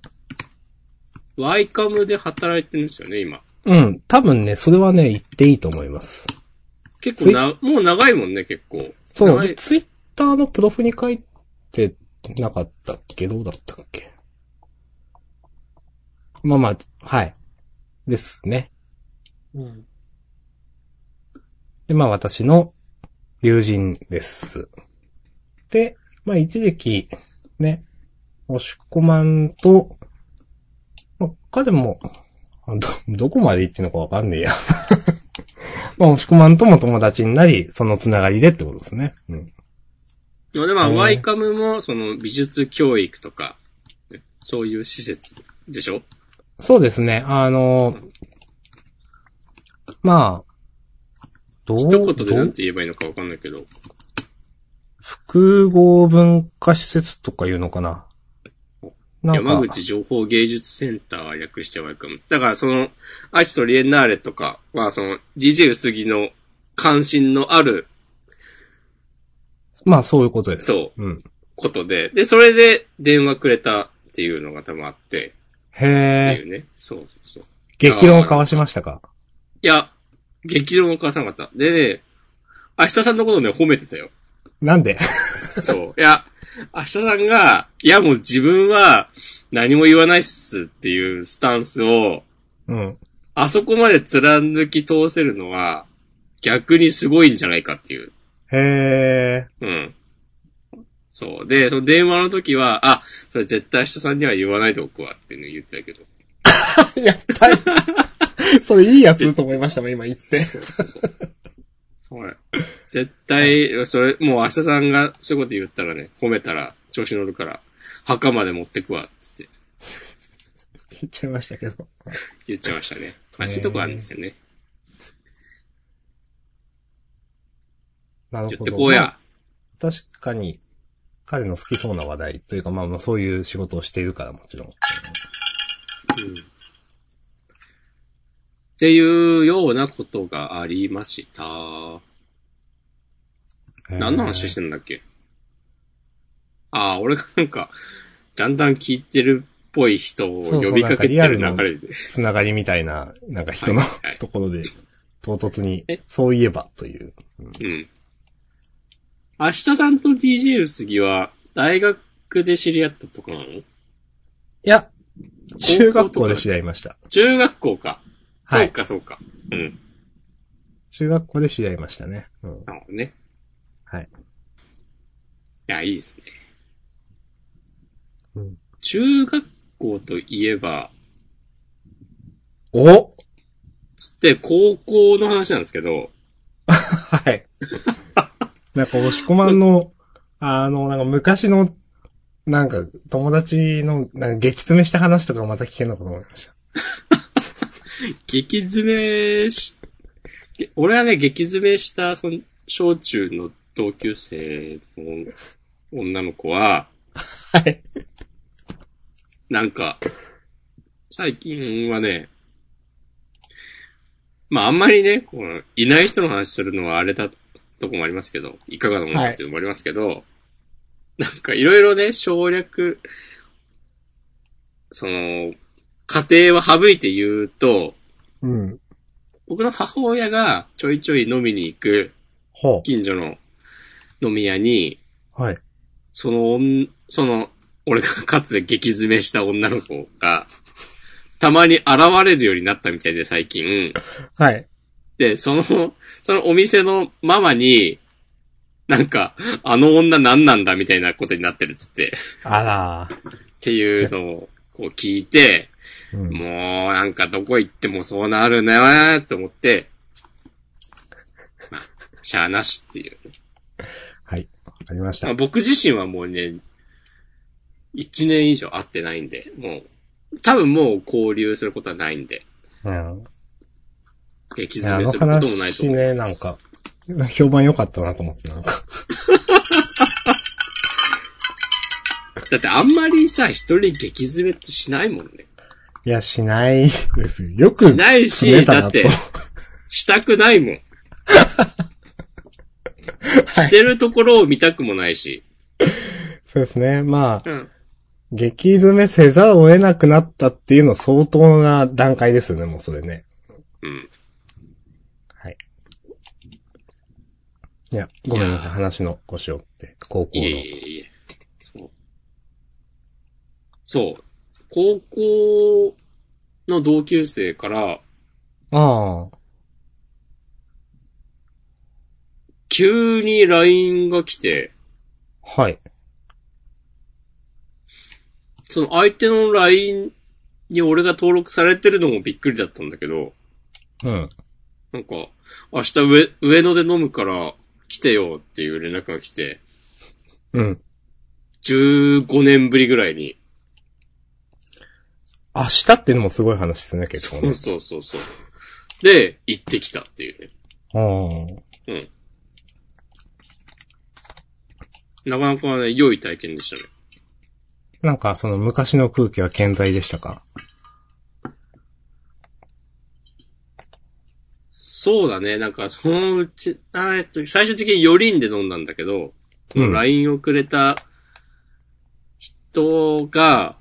Speaker 2: ワイカムで働いてるんですよね、今。
Speaker 1: うん。多分ね、それはね、言っていいと思います。
Speaker 2: 結構な、もう長いもんね、結構。
Speaker 1: そ
Speaker 2: 長
Speaker 1: う、
Speaker 2: い
Speaker 1: ツイッターのプロフに書いてなかったっけどうだったっけまあまあ、はい。ですね。で、まあ私の友人です。で、まあ一時期、ね、押し込まんと、まあ彼も、あど、どこまで行ってんのかわかんねえや。 まあ押し込まんとも友達になり、そのつながりでってことですね。うん。
Speaker 2: でもまあ、
Speaker 1: うん
Speaker 2: ワイカムも、その、美術教育とか、ねそういう施設でしょ
Speaker 1: そうですね。あの、まあ、どう、
Speaker 2: 一言で
Speaker 1: ど
Speaker 2: な
Speaker 1: うん
Speaker 2: て言えばいいのかわかんないけど。
Speaker 1: 複合文化施設とか言うのかななんか、
Speaker 2: 山口情報芸術センターは略してワイカム。だからその、アジトリエンナーレとかは、その、DJ 薄木の関心のある、
Speaker 1: まあそういうことです。
Speaker 2: そう、
Speaker 1: うん。
Speaker 2: ことで。で、それで電話くれたっていうのが多分あって、って
Speaker 1: へえ、
Speaker 2: いうね。そうそうそう。
Speaker 1: 激論を交わしましたか
Speaker 2: いや、激論を交わさなかった。でね、明日さんのことね、褒めてたよ。
Speaker 1: なんで
Speaker 2: そう。いや、明日さんが、いやもう自分は何も言わないっすっていうスタンスを、
Speaker 1: うん。
Speaker 2: あそこまで貫き通せるのは、逆にすごいんじゃないかっていう。
Speaker 1: へえ、
Speaker 2: うん。そう。で、その電話の時は、あ、それ絶対明日さんには言わないでおくわっていうの言ってたけど。
Speaker 1: やったい それいいやつと思いましたもん、今言って。
Speaker 2: そうそうそう。そうね。絶対、それ、もう明日さんがそういうこと言ったらね、褒めたら、調子乗るから、墓まで持ってくわ、つって
Speaker 1: 言っちゃいましたけ ど。
Speaker 2: 言っちゃいましたね。まあ、そういうとこあるんですよね。
Speaker 1: なるほど。
Speaker 2: 言ってこうや。
Speaker 1: 確かに、彼の好きそうな話題というか、まあまあそういう仕事をしているからもちろん。
Speaker 2: うんっていうようなことがありました。何の話しててんだっけああ、俺がなんか、だんだん聞いてるっぽい人を
Speaker 1: そうそう
Speaker 2: 呼びかけてる流れで。
Speaker 1: つながりみたいな、なんか人の
Speaker 2: はいはい
Speaker 1: ところで、唐突に
Speaker 2: え、
Speaker 1: そういえばという。
Speaker 2: うん。明日さんと DJ 薄木は、大学で知り合ったとかなの
Speaker 1: いや、中学
Speaker 2: 高校と
Speaker 1: 校
Speaker 2: か
Speaker 1: で知り合いました。
Speaker 2: 中学校か。
Speaker 1: はい
Speaker 2: そうか、そうか。うん。
Speaker 1: 中学校で知り合いましたね。うん。
Speaker 2: なるほどね。
Speaker 1: はい。
Speaker 2: いや、いいですね。
Speaker 1: うん
Speaker 2: 中学校といえば、
Speaker 1: お
Speaker 2: つって高校の話なんですけど、
Speaker 1: はい。 なんか、押し込まんの、あの、なんか昔の、なんか、友達の、なんか激詰めした話とかまた聞けるのかと思いました。
Speaker 2: 激詰めし、げ俺はね、激詰めした、その、小中の同級生の女の子は、
Speaker 1: はい。
Speaker 2: なんか、最近はね、まああんまりね、こういない人の話するのはあれだとこもありますけど、いかがなものかっていうのもありますけど、なんかいろいろね、省略、その、家庭は省いて言うと、
Speaker 1: うん。
Speaker 2: 僕の母親がちょいちょい飲みに行く
Speaker 1: ほ
Speaker 2: 近所の飲み屋に、
Speaker 1: う。はい。
Speaker 2: その女、その、俺がかつて激詰めした女の子が、たまに現れるようになったみたいで最近。
Speaker 1: はい。
Speaker 2: で、その、そのお店のママに、なんか、あの女何なんだみたいなことになってるっつって、っ
Speaker 1: あら
Speaker 2: ていうのをこう聞いて、
Speaker 1: ー。うん
Speaker 2: もうなんかどこ行ってもそうなるなーと思って、まあ、しゃあなしっていう。
Speaker 1: はい。わかりまし
Speaker 2: まあ、
Speaker 1: た。
Speaker 2: 僕自身はもうね、一年以上会ってないんで、もう、多分もう交流することはないんで、
Speaker 1: うん。
Speaker 2: 激
Speaker 1: いや
Speaker 2: 詰
Speaker 1: あ
Speaker 2: め
Speaker 1: の
Speaker 2: することもないと
Speaker 1: 話
Speaker 2: 思う。
Speaker 1: ね、なんか、評判良かったなと思って、なんか。
Speaker 2: だってあんまりさ、一人に激詰めってしないもんね。
Speaker 1: いや、しないですよ。よく、
Speaker 2: しない
Speaker 1: 詰
Speaker 2: し、
Speaker 1: めた
Speaker 2: だ
Speaker 1: な
Speaker 2: っ
Speaker 1: と
Speaker 2: て、したくな いもん。してるところを見たくもないし。
Speaker 1: そうですね。まあ、
Speaker 2: うん。
Speaker 1: 激詰めせざるを得なくなったっていうの相当な段階ですよね、もうそれね。
Speaker 2: うん。
Speaker 1: はい。いや、ごめんなさい、話の腰折って、高校
Speaker 2: い
Speaker 1: の。
Speaker 2: えいえいえ。そう。そう。高校の同級生から、
Speaker 1: ああ、
Speaker 2: 急に LINE が来て、
Speaker 1: はい。
Speaker 2: その相手の LINE に俺が登録されてるのもびっくりだったんだけど、
Speaker 1: うん。
Speaker 2: なんか、明日上、上野で飲むから来てよっていう連絡が来て、
Speaker 1: うん。
Speaker 2: 15年ぶりぐらいに。
Speaker 1: 明日っていうのもすごい話ですね、結
Speaker 2: そ
Speaker 1: 構
Speaker 2: う
Speaker 1: ね。
Speaker 2: そうそうそう。で、行ってきたっていうね。
Speaker 1: あ
Speaker 2: うん。なかなかね、良い体験でしたね。
Speaker 1: あ。なんか、その昔の空気は健在でしたか
Speaker 2: そうだね。なんか、そのうち、あえっと、最終的に4人で飲んだんだけど、
Speaker 1: うん
Speaker 2: LINE をくれた人が、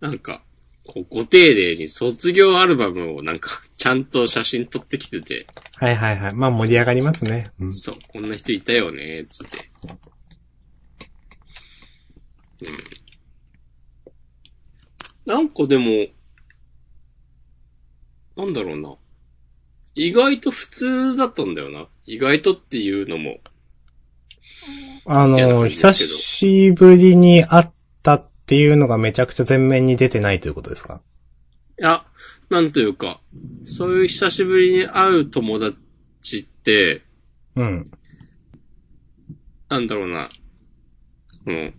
Speaker 2: なんか、こうご丁寧に卒業アルバムをなんか、ちゃんと写真撮ってきてて、
Speaker 1: はいはいはい。まあ盛り上がりますね。うん。
Speaker 2: そう、こんな人いたよね、つって。うん。なんかでも、なんだろうな。意外と普通だったんだよな。意外とっていうのも。
Speaker 1: あ
Speaker 2: いやなん
Speaker 1: の、
Speaker 2: かいいですけ
Speaker 1: 久
Speaker 2: ど
Speaker 1: しぶりに会ったっていうのがめちゃくちゃ前面に出てないということですか
Speaker 2: いや、なんというか、そういう久しぶりに会う友達って、
Speaker 1: うん。
Speaker 2: なんだろうな、この、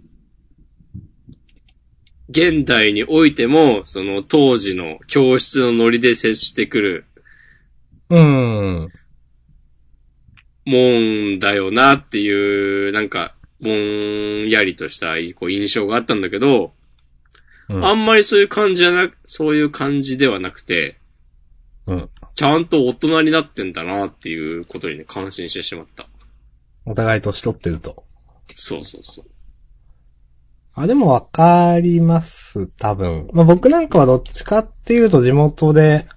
Speaker 2: 現代においても、その当時の教室のノリで接してくる
Speaker 1: うん。
Speaker 2: もんだよなっていう、なんか、ぼんやりとしたこう印象があったんだけど、
Speaker 1: うん
Speaker 2: あんまりそういう感じじゃなく、そういう感じではなくて、
Speaker 1: うん。
Speaker 2: ちゃんと大人になってんだなっていうことにね、感心してしまった。
Speaker 1: あお互い年取ってると。
Speaker 2: そうそうそう。
Speaker 1: あ、でもわかります、多分。まあ、僕なんかはどっちかっていうと地元で、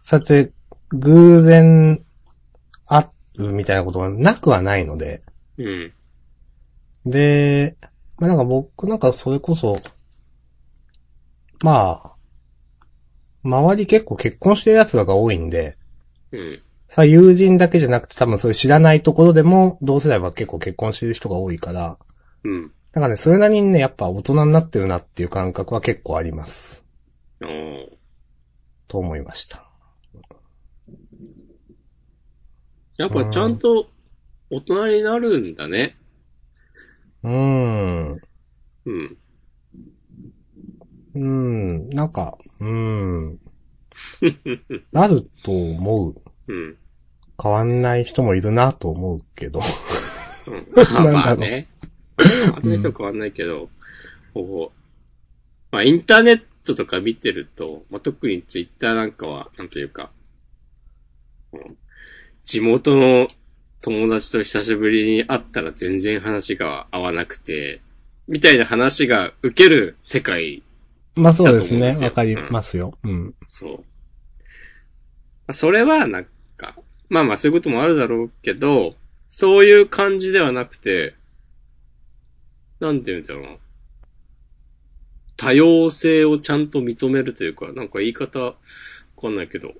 Speaker 1: さて、偶然会うみたいなことがなくはないので。
Speaker 2: うん。
Speaker 1: で、まあ、なんか僕なんかそれこそ、まあ、周り結構結婚してる奴らが多いんで、
Speaker 2: うん。
Speaker 1: さあ友人だけじゃなくて多分そういう知らないところでも同世代は結構結婚してる人が多いから、
Speaker 2: うん。
Speaker 1: なんかね、それなりにね、やっぱ大人になってるなっていう感覚は結構あります。
Speaker 2: おー
Speaker 1: と思いました。
Speaker 2: やっぱちゃんと大人になるんだね。
Speaker 1: うーん。う
Speaker 2: うん。
Speaker 1: ーん。なんか、うーん。なると思う。
Speaker 2: うん。
Speaker 1: 変わんない人もいるなと思うけど。
Speaker 2: うん。まあ
Speaker 1: なんだろう
Speaker 2: まあね。あんな人変わんないけど、こう、まあインターネットとか見てると、まあ特にツイッターなんかは、なんというか、うん地元の友達と久しぶりに会ったら全然話が合わなくて、みたいな話が受ける世界
Speaker 1: まあそうです
Speaker 2: だと思うんで
Speaker 1: ね。
Speaker 2: すよ
Speaker 1: わかりますよ。うん。
Speaker 2: そう。まあそれはなんか、まあまあそういうこともあるだろうけど、そういう感じではなくて、なんて言うんだろうな。多様性をちゃんと認めるというか、なんか言い方、わかんないけど。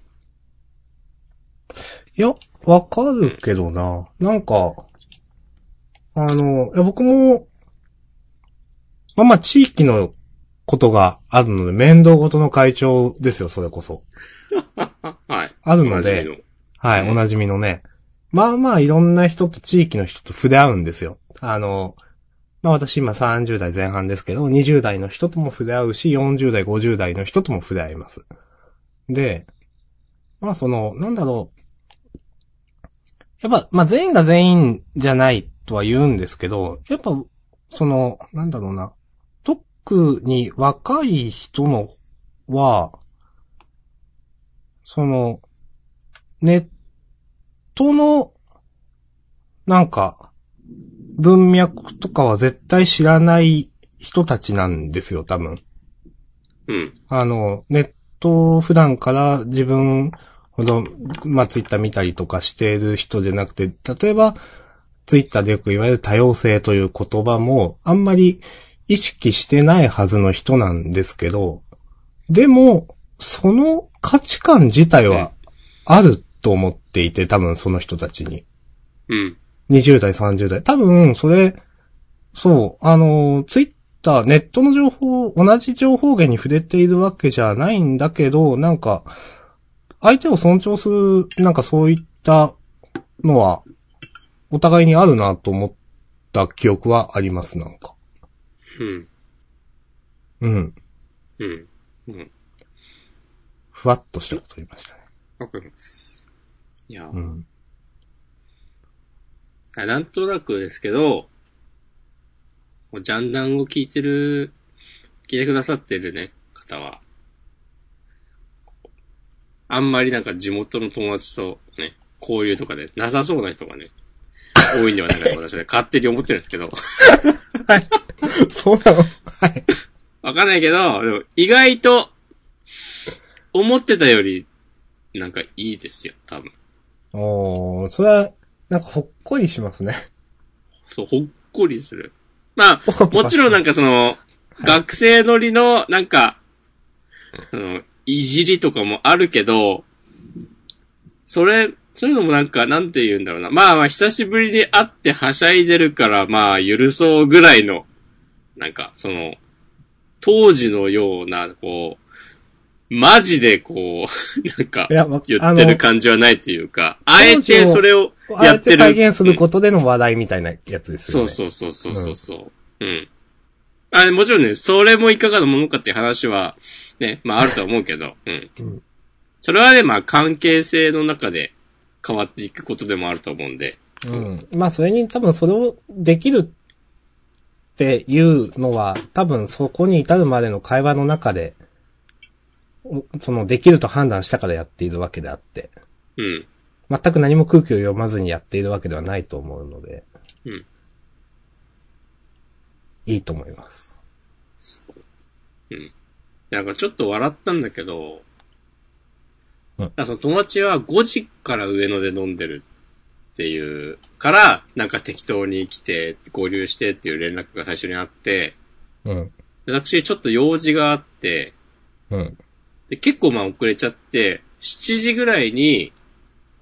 Speaker 1: いや、わかるけどな。なんか、あの、いや僕も、まあまあ地域のことがあるので、面倒ごとの会長ですよ、それこそ。
Speaker 2: はい。
Speaker 1: ある
Speaker 2: 同
Speaker 1: の
Speaker 2: じ
Speaker 1: で、
Speaker 2: の。
Speaker 1: はい、
Speaker 2: うん
Speaker 1: おなじみのね。まあまあいろんな人と地域の人と触れ合うんですよ。あの、まあ私今30代前半ですけど、20代の人とも触れ合うし、40代、50代の人とも触れ合います。で、まあその、なんだろう。やっぱ、まあ全員が全員じゃないとは言うんですけど、やっぱ、その、なんだろうな。特に若い人のは、その、ネットの、なんか、文脈とかは絶対知らない人たちなんですよ、多分。
Speaker 2: うん。
Speaker 1: あの、ネットを普段から自分ほど、まあ、ツイッター見たりとかしている人じゃなくて、例えば、ツイッターでよく言われる多様性という言葉も、あんまり意識してないはずの人なんですけど、でも、その価値観自体はあると思っていて、多分その人たちに。
Speaker 2: うん。
Speaker 1: 20代、30代。多分、それ、そう、あの、ツイッター、ネットの情報、同じ情報源に触れているわけじゃないんだけど、なんか、相手を尊重する、なんかそういったのは、お互いにあるなと思った記憶はあります、なんか。
Speaker 2: うん。
Speaker 1: うん。
Speaker 2: うん。うん。
Speaker 1: ふわっとしたこと言いましたね。
Speaker 2: わかります。いや、
Speaker 1: うん。
Speaker 2: あなんとなくですけど、もうジャンダンを聞いてる、聞いてくださってるね、方は、あんまりなんか地元の友達とね、交流とかでなさそうな人がね、多いんではないかと私は勝手に思ってるんですけど、
Speaker 1: そうなのはい。
Speaker 2: わかんないけど、でも意外と、思ってたより、なんかいいですよ、多分。
Speaker 1: おー、それは、なんかほっこりしますね。
Speaker 2: そう、ほっこりする。まあ、 もちろんなんかその、学生乗りの、なんか、その、いじりとかもあるけど、それ、そういうのもなんか、なんて言うんだろうな。まあまあ、久しぶりに会ってはしゃいでるから、まあ、許そうぐらいの、なんか、その、当時のような、こう、マジでこう、 なん か
Speaker 1: い、や、わ
Speaker 2: 言
Speaker 1: あ
Speaker 2: って
Speaker 1: の
Speaker 2: る感じはないっていうか、あえてそれを
Speaker 1: あ
Speaker 2: や
Speaker 1: え
Speaker 2: っててる。
Speaker 1: 再現することでの話題みたいなやつですよ
Speaker 2: そ
Speaker 1: ね。
Speaker 2: うそうそうそうそうそう。うん。あ、もちろんね、それもいかがなものかっていう話は、ね、まああるとは思うけど、うん。
Speaker 1: うん
Speaker 2: それはね、まあ関係性の中で変わっていくことでもあると思うんで、
Speaker 1: うん。まあ、それに多分それをできるっていうのは、多分そこに至るまでの会話の中で、おそのできると判断したからやっているわけであって。
Speaker 2: うん。
Speaker 1: 全く何も空気を読まずにやっているわけではないと思うので、
Speaker 2: うん。
Speaker 1: いいと思います。
Speaker 2: なんかちょっと笑ったんだけど、
Speaker 1: うん
Speaker 2: なんかその友達は5時から上野で飲んでるっていうから、なんか適当に来て、合流してっていう連絡が最初にあって、
Speaker 1: うん。
Speaker 2: で私ちょっと用事があって、
Speaker 1: うん。
Speaker 2: で、結構まあ遅れちゃって、7時ぐらいに、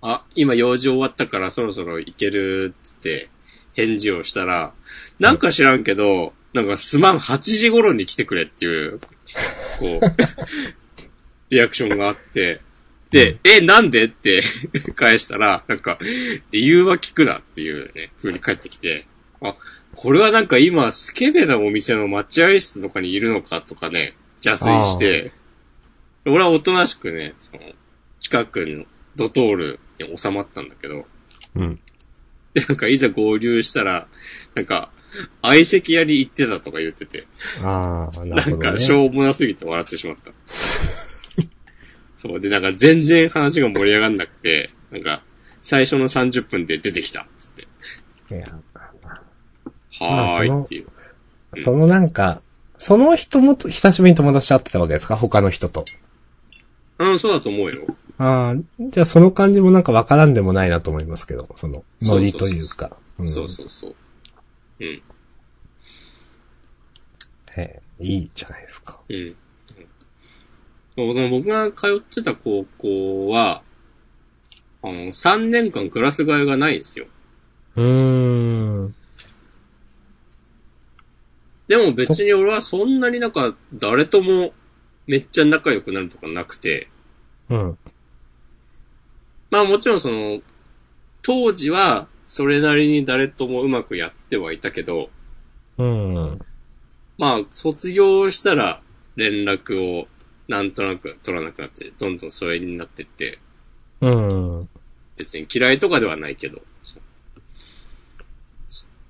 Speaker 2: あ、今用事終わったからそろそろ行けるっつって返事をしたら、なんか知らんけど、なんかすまん8時頃に来てくれっていう、こう、リアクションがあって、で、え、なんでって 返したら、なんか、理由は聞くなっていうね、風に返ってきて、あ、これはなんか今、スケベなお店の待合室とかにいるのかとかね、邪推して、俺はおとなしくね、その、近くのドトールに収まったんだけど、
Speaker 1: うん。
Speaker 2: で、なんかいざ合流したら、なんか、相席屋に行ってたとか言ってて、
Speaker 1: ああ、なる
Speaker 2: な
Speaker 1: ほど、
Speaker 2: ん
Speaker 1: ね。
Speaker 2: か、しょうもなすぎて笑ってしまった。 そう、で、なんか全然話が盛り上がんなくて、なんか、最初の30分で出てきた、つって。
Speaker 1: いや
Speaker 2: は
Speaker 1: まあそ
Speaker 2: ーい
Speaker 1: の
Speaker 2: っていう。
Speaker 1: そのなんか、その人も久しぶりに友達と会ってたわけですか他の人と。
Speaker 2: うん、そうだと思うよ。
Speaker 1: ああ、じゃあその感じもなんかわからんでもないなと思いますけど、その、ノリというか。ん
Speaker 2: そうそうそう。うん、
Speaker 1: ええいいじゃないですか。
Speaker 2: うん。うん僕が通ってた高校は、あの、3年間クラス替えがないんですよ。
Speaker 1: うーん。
Speaker 2: でも別に俺はそんなになんか、誰ともめっちゃ仲良くなるとかなくて、
Speaker 1: うん。
Speaker 2: まあもちろんその、当時はそれなりに誰ともうまくやってはいたけど、
Speaker 1: うん。
Speaker 2: まあ卒業したら連絡をなんとなく取らなくなって、どんどん疎遠になってって、
Speaker 1: うん。
Speaker 2: 別に嫌いとかではないけど。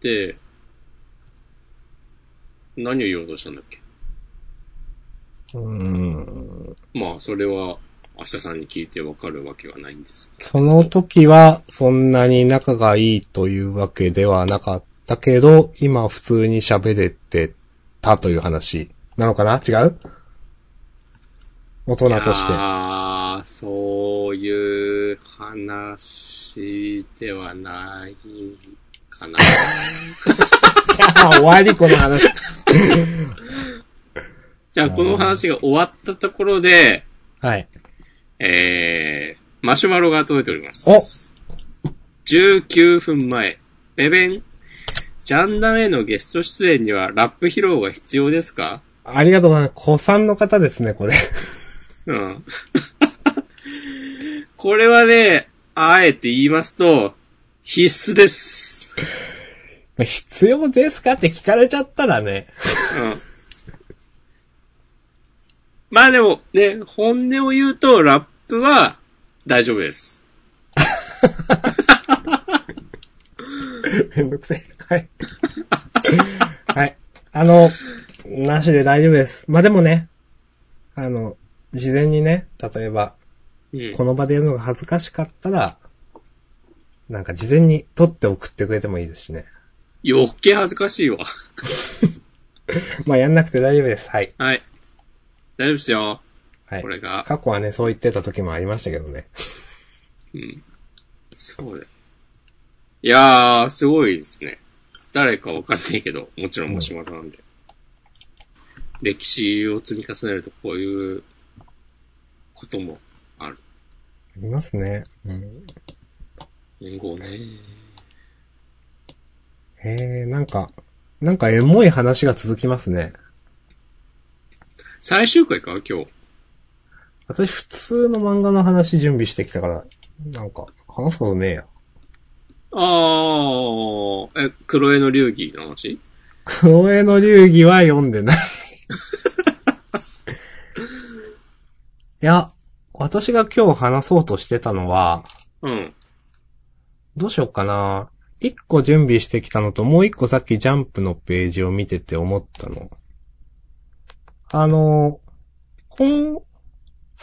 Speaker 2: で、何を言おうとしたんだっけ
Speaker 1: うん。
Speaker 2: まあそれは明日さんに聞いてわかるわけはないんです。
Speaker 1: その時は、そんなに仲がいいというわけではなかったけど、今普通に喋れてたという話。なのかな違う大人として。
Speaker 2: ああ、そういう話ではないかな。
Speaker 1: あ、 終わりこの話。
Speaker 2: じゃあ、この話が終わったところで、
Speaker 1: はい。
Speaker 2: えー、マシュマロが届いております。19分前、ベベン。ジャンダンへのゲスト出演にはラップ披露が必要ですか
Speaker 1: ありがとうございます。子さんの方ですね、これ。
Speaker 2: うん。 これはね、あえて言いますと、必須です。
Speaker 1: 必要ですかって聞かれちゃったらね。
Speaker 2: うん まあでもね、本音を言うと、ラップは大丈夫です。
Speaker 1: めんどくせえ。はい。 はい。あの、なしで大丈夫です。まあ、でもね、あの、事前にね、例えば、
Speaker 2: うん
Speaker 1: こ。の場でやるのが恥ずかしかったら、なんか事前に撮って送ってくれてもいいですしね。
Speaker 2: 余計恥ずかしいわ。
Speaker 1: まあ、やんなくて大丈夫です。はい。
Speaker 2: はい。大丈夫ですよ。
Speaker 1: はい
Speaker 2: こ。れが。
Speaker 1: 過去はね、そう言ってた時もありましたけどね。
Speaker 2: うん。そうだよ。いやー、すごいですね。誰かわかんないけど、もちろんマシュマロなんで。歴史を積み重ねるとこういうこともある。
Speaker 1: ありますね。うん、
Speaker 2: うんごね。
Speaker 1: へえ、なんか、なんかエモい話が続きますね。
Speaker 2: 最終回か今日。
Speaker 1: 私普通の漫画の話準備してきたから、なんか、話すことねえや。
Speaker 2: ああ、え、黒江の流儀の話
Speaker 1: クロエの流儀は読んでない。 いや、私が今日話そうとしてたのは、
Speaker 2: うん。
Speaker 1: どうしようかな。一個準備してきたのと、もう一個さっきジャンプのページを見てて思ったの。あの、こん、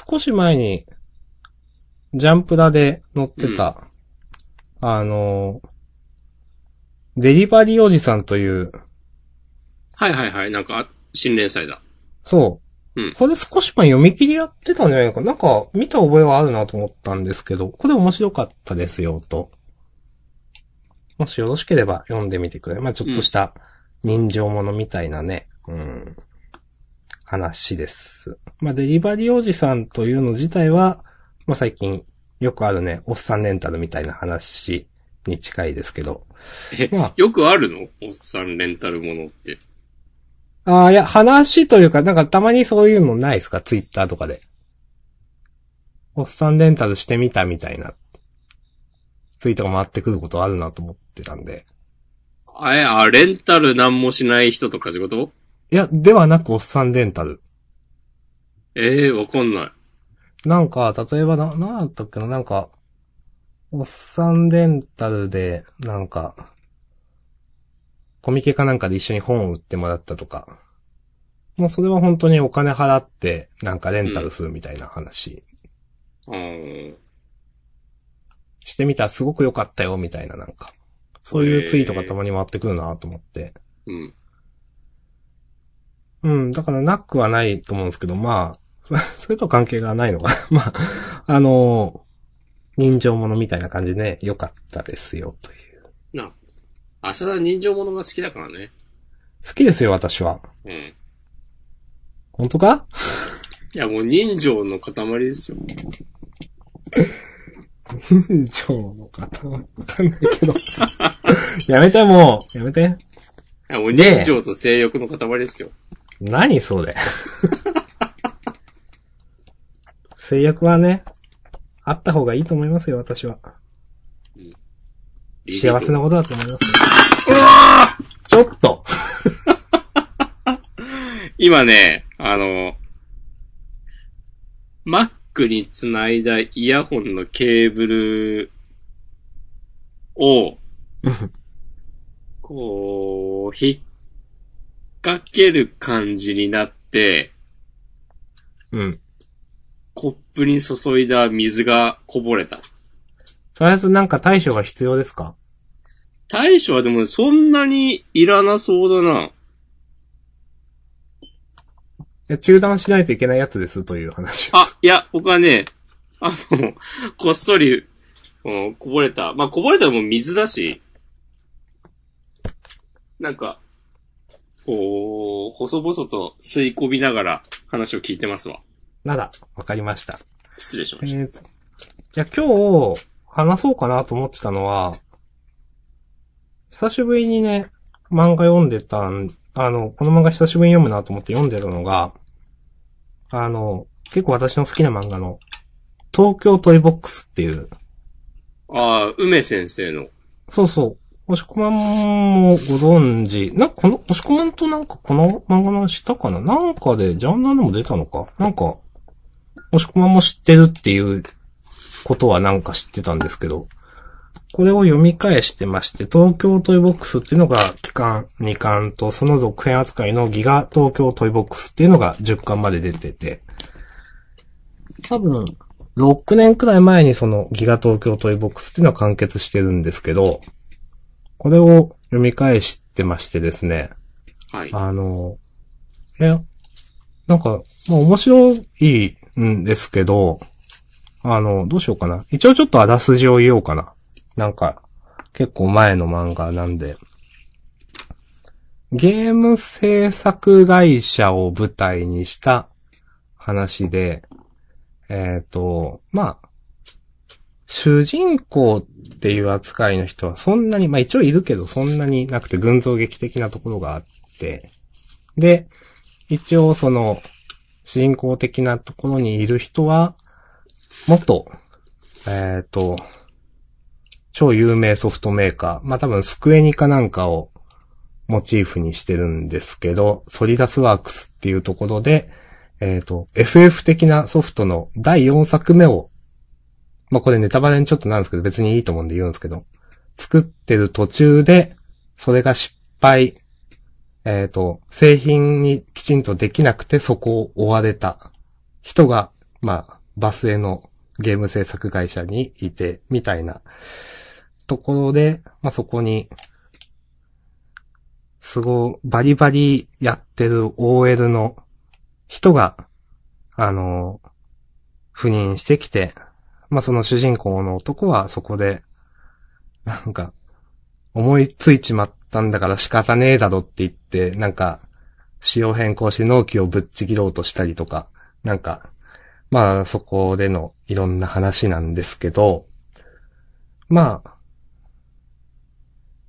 Speaker 1: 少し前に、ジャンプラで載ってた、あの、デリバリーおじさんという、
Speaker 2: はいはいはい。なんか、あ新連載だ。
Speaker 1: そう。
Speaker 2: うん
Speaker 1: これ少し前読み切りやってたんじゃないのかな。なんか見た覚えはあるなと思ったんですけど、これ面白かったですよ、と。もしよろしければ読んでみてくれ。まあちょっとした人情ものみたいなね、うん、話です。まあデリバリーおじさんというの自体は、まあ最近よくあるね、おっさんレンタルみたいな話に近いですけど。
Speaker 2: え
Speaker 1: まあ、
Speaker 2: よくあるのおっさんレンタルものって。
Speaker 1: ああ、いや、話というか、なんかたまにそういうのないですかツイッターとかで。おっさんレンタルしてみたみたいな、ツイートが回ってくることあるなと思ってたんで。
Speaker 2: あえ、あ、レンタルなんもしない人とか仕事
Speaker 1: いや、ではなくおっさんレンタル。
Speaker 2: ええわかんない。
Speaker 1: なんか、例えばな、なんだったっけな、なんか、おっさんレンタルで、なんか、コミケかなんかで一緒に本を売ってもらったとか。もうそれは本当にお金払って、なんかレンタルするみたいな話。
Speaker 2: あー
Speaker 1: してみたらすごく良かったよ、みたいななんか。そういうツイートがたまに回ってくるなと思って。
Speaker 2: うん。
Speaker 1: うん、だからなくはないと思うんですけど、まあ、 それと関係がないのかな。 まあ、あの人情ものみたいな感じで、ね、良かったですよ、という。
Speaker 2: な、浅田人情ものが好きだからね。
Speaker 1: 好きですよ、私は。
Speaker 2: うん。い
Speaker 1: 本当か
Speaker 2: や、もう人情の塊ですよ。
Speaker 1: 人情の方わかんないけど。 やめて、もう。やめて。
Speaker 2: いや、もう
Speaker 1: ねえ
Speaker 2: 人情と性欲の塊ですよ。
Speaker 1: 何それ。 制約はね、あった方がいいと思いますよ、私は。幸せなことだと思いますよ。うわちょっと
Speaker 2: 今ね、あの、Mac につないだイヤホンのケーブルを、こう、引っ掛ける感じになって、
Speaker 1: うん。
Speaker 2: コップに注いだ水がこぼれた。
Speaker 1: とりあえずなんか対処が必要ですか
Speaker 2: 対処はでもそんなにいらなそうだな。
Speaker 1: いや中断しないといけないやつですという話。
Speaker 2: あ、いや、僕はね、あの、こっそり、うんこぼれた。まあ、こぼれたのも水だし、なんか、こう、細々と吸い込みながら話を聞いてますわ。
Speaker 1: なら、わかりました。
Speaker 2: 失礼し
Speaker 1: え
Speaker 2: ました。
Speaker 1: ーと。じゃあ今日、話そうかなと思ってたのは、久しぶりにね、漫画読んでたん、あの、この漫画久しぶりに読むなと思って読んでるのが、あの、結構私の好きな漫画の、東京トイボックスっていう、
Speaker 2: ああ、梅先生の。
Speaker 1: そうそう。押し込まんもご存知。なんかこの、押し込まんとなんかこの漫画の話したかななんかで、ジャンナーでも出たのかなんか、押し込まんも知ってるっていうことはなんか知ってたんですけど、これを読み返してまして、東京トイボックスっていうのが期間2巻と、その続編扱いのギガ東京トイボックスっていうのが10巻まで出てて、多分、6年くらい前にそのギガ東京トイボックスっていうのは完結してるんですけど、これを読み返してましてですね、
Speaker 2: はい。
Speaker 1: あの、え、なんか、まあ面白いんですけど、あの、どうしようかな。一応ちょっとあらすじを言おうかな。なんか、結構前の漫画なんで。ゲーム制作会社を舞台にした話で、えっ、と、まあ、主人公っていう扱いの人はそんなに、まあ一応いるけどそんなになくて群像劇的なところがあって、で、一応その、主人公的なところにいる人は、元、えっ、と、超有名ソフトメーカー、まあ多分スクエニかなんかをモチーフにしてるんですけど、ソリダスワークスっていうところで、えっ、と、FF 的なソフトの第4作目を、まあ、これネタバレにちょっとなんですけど、別にいいと思うんで言うんですけど、作ってる途中で、それが失敗、えっ、と、製品にきちんとできなくてそこを追われた人が、まあ、バスへのゲーム制作会社にいて、みたいなところで、まあ、そこに、すごい、バリバリやってる OL の人が、あの、赴任してきて、まあ、その主人公の男はそこで、なんか、思いついちまったんだから仕方ねえだろって言って、なんか、仕様変更して納期をぶっちぎろうとしたりとか、なんか、まあそこでのいろんな話なんですけど、まあ、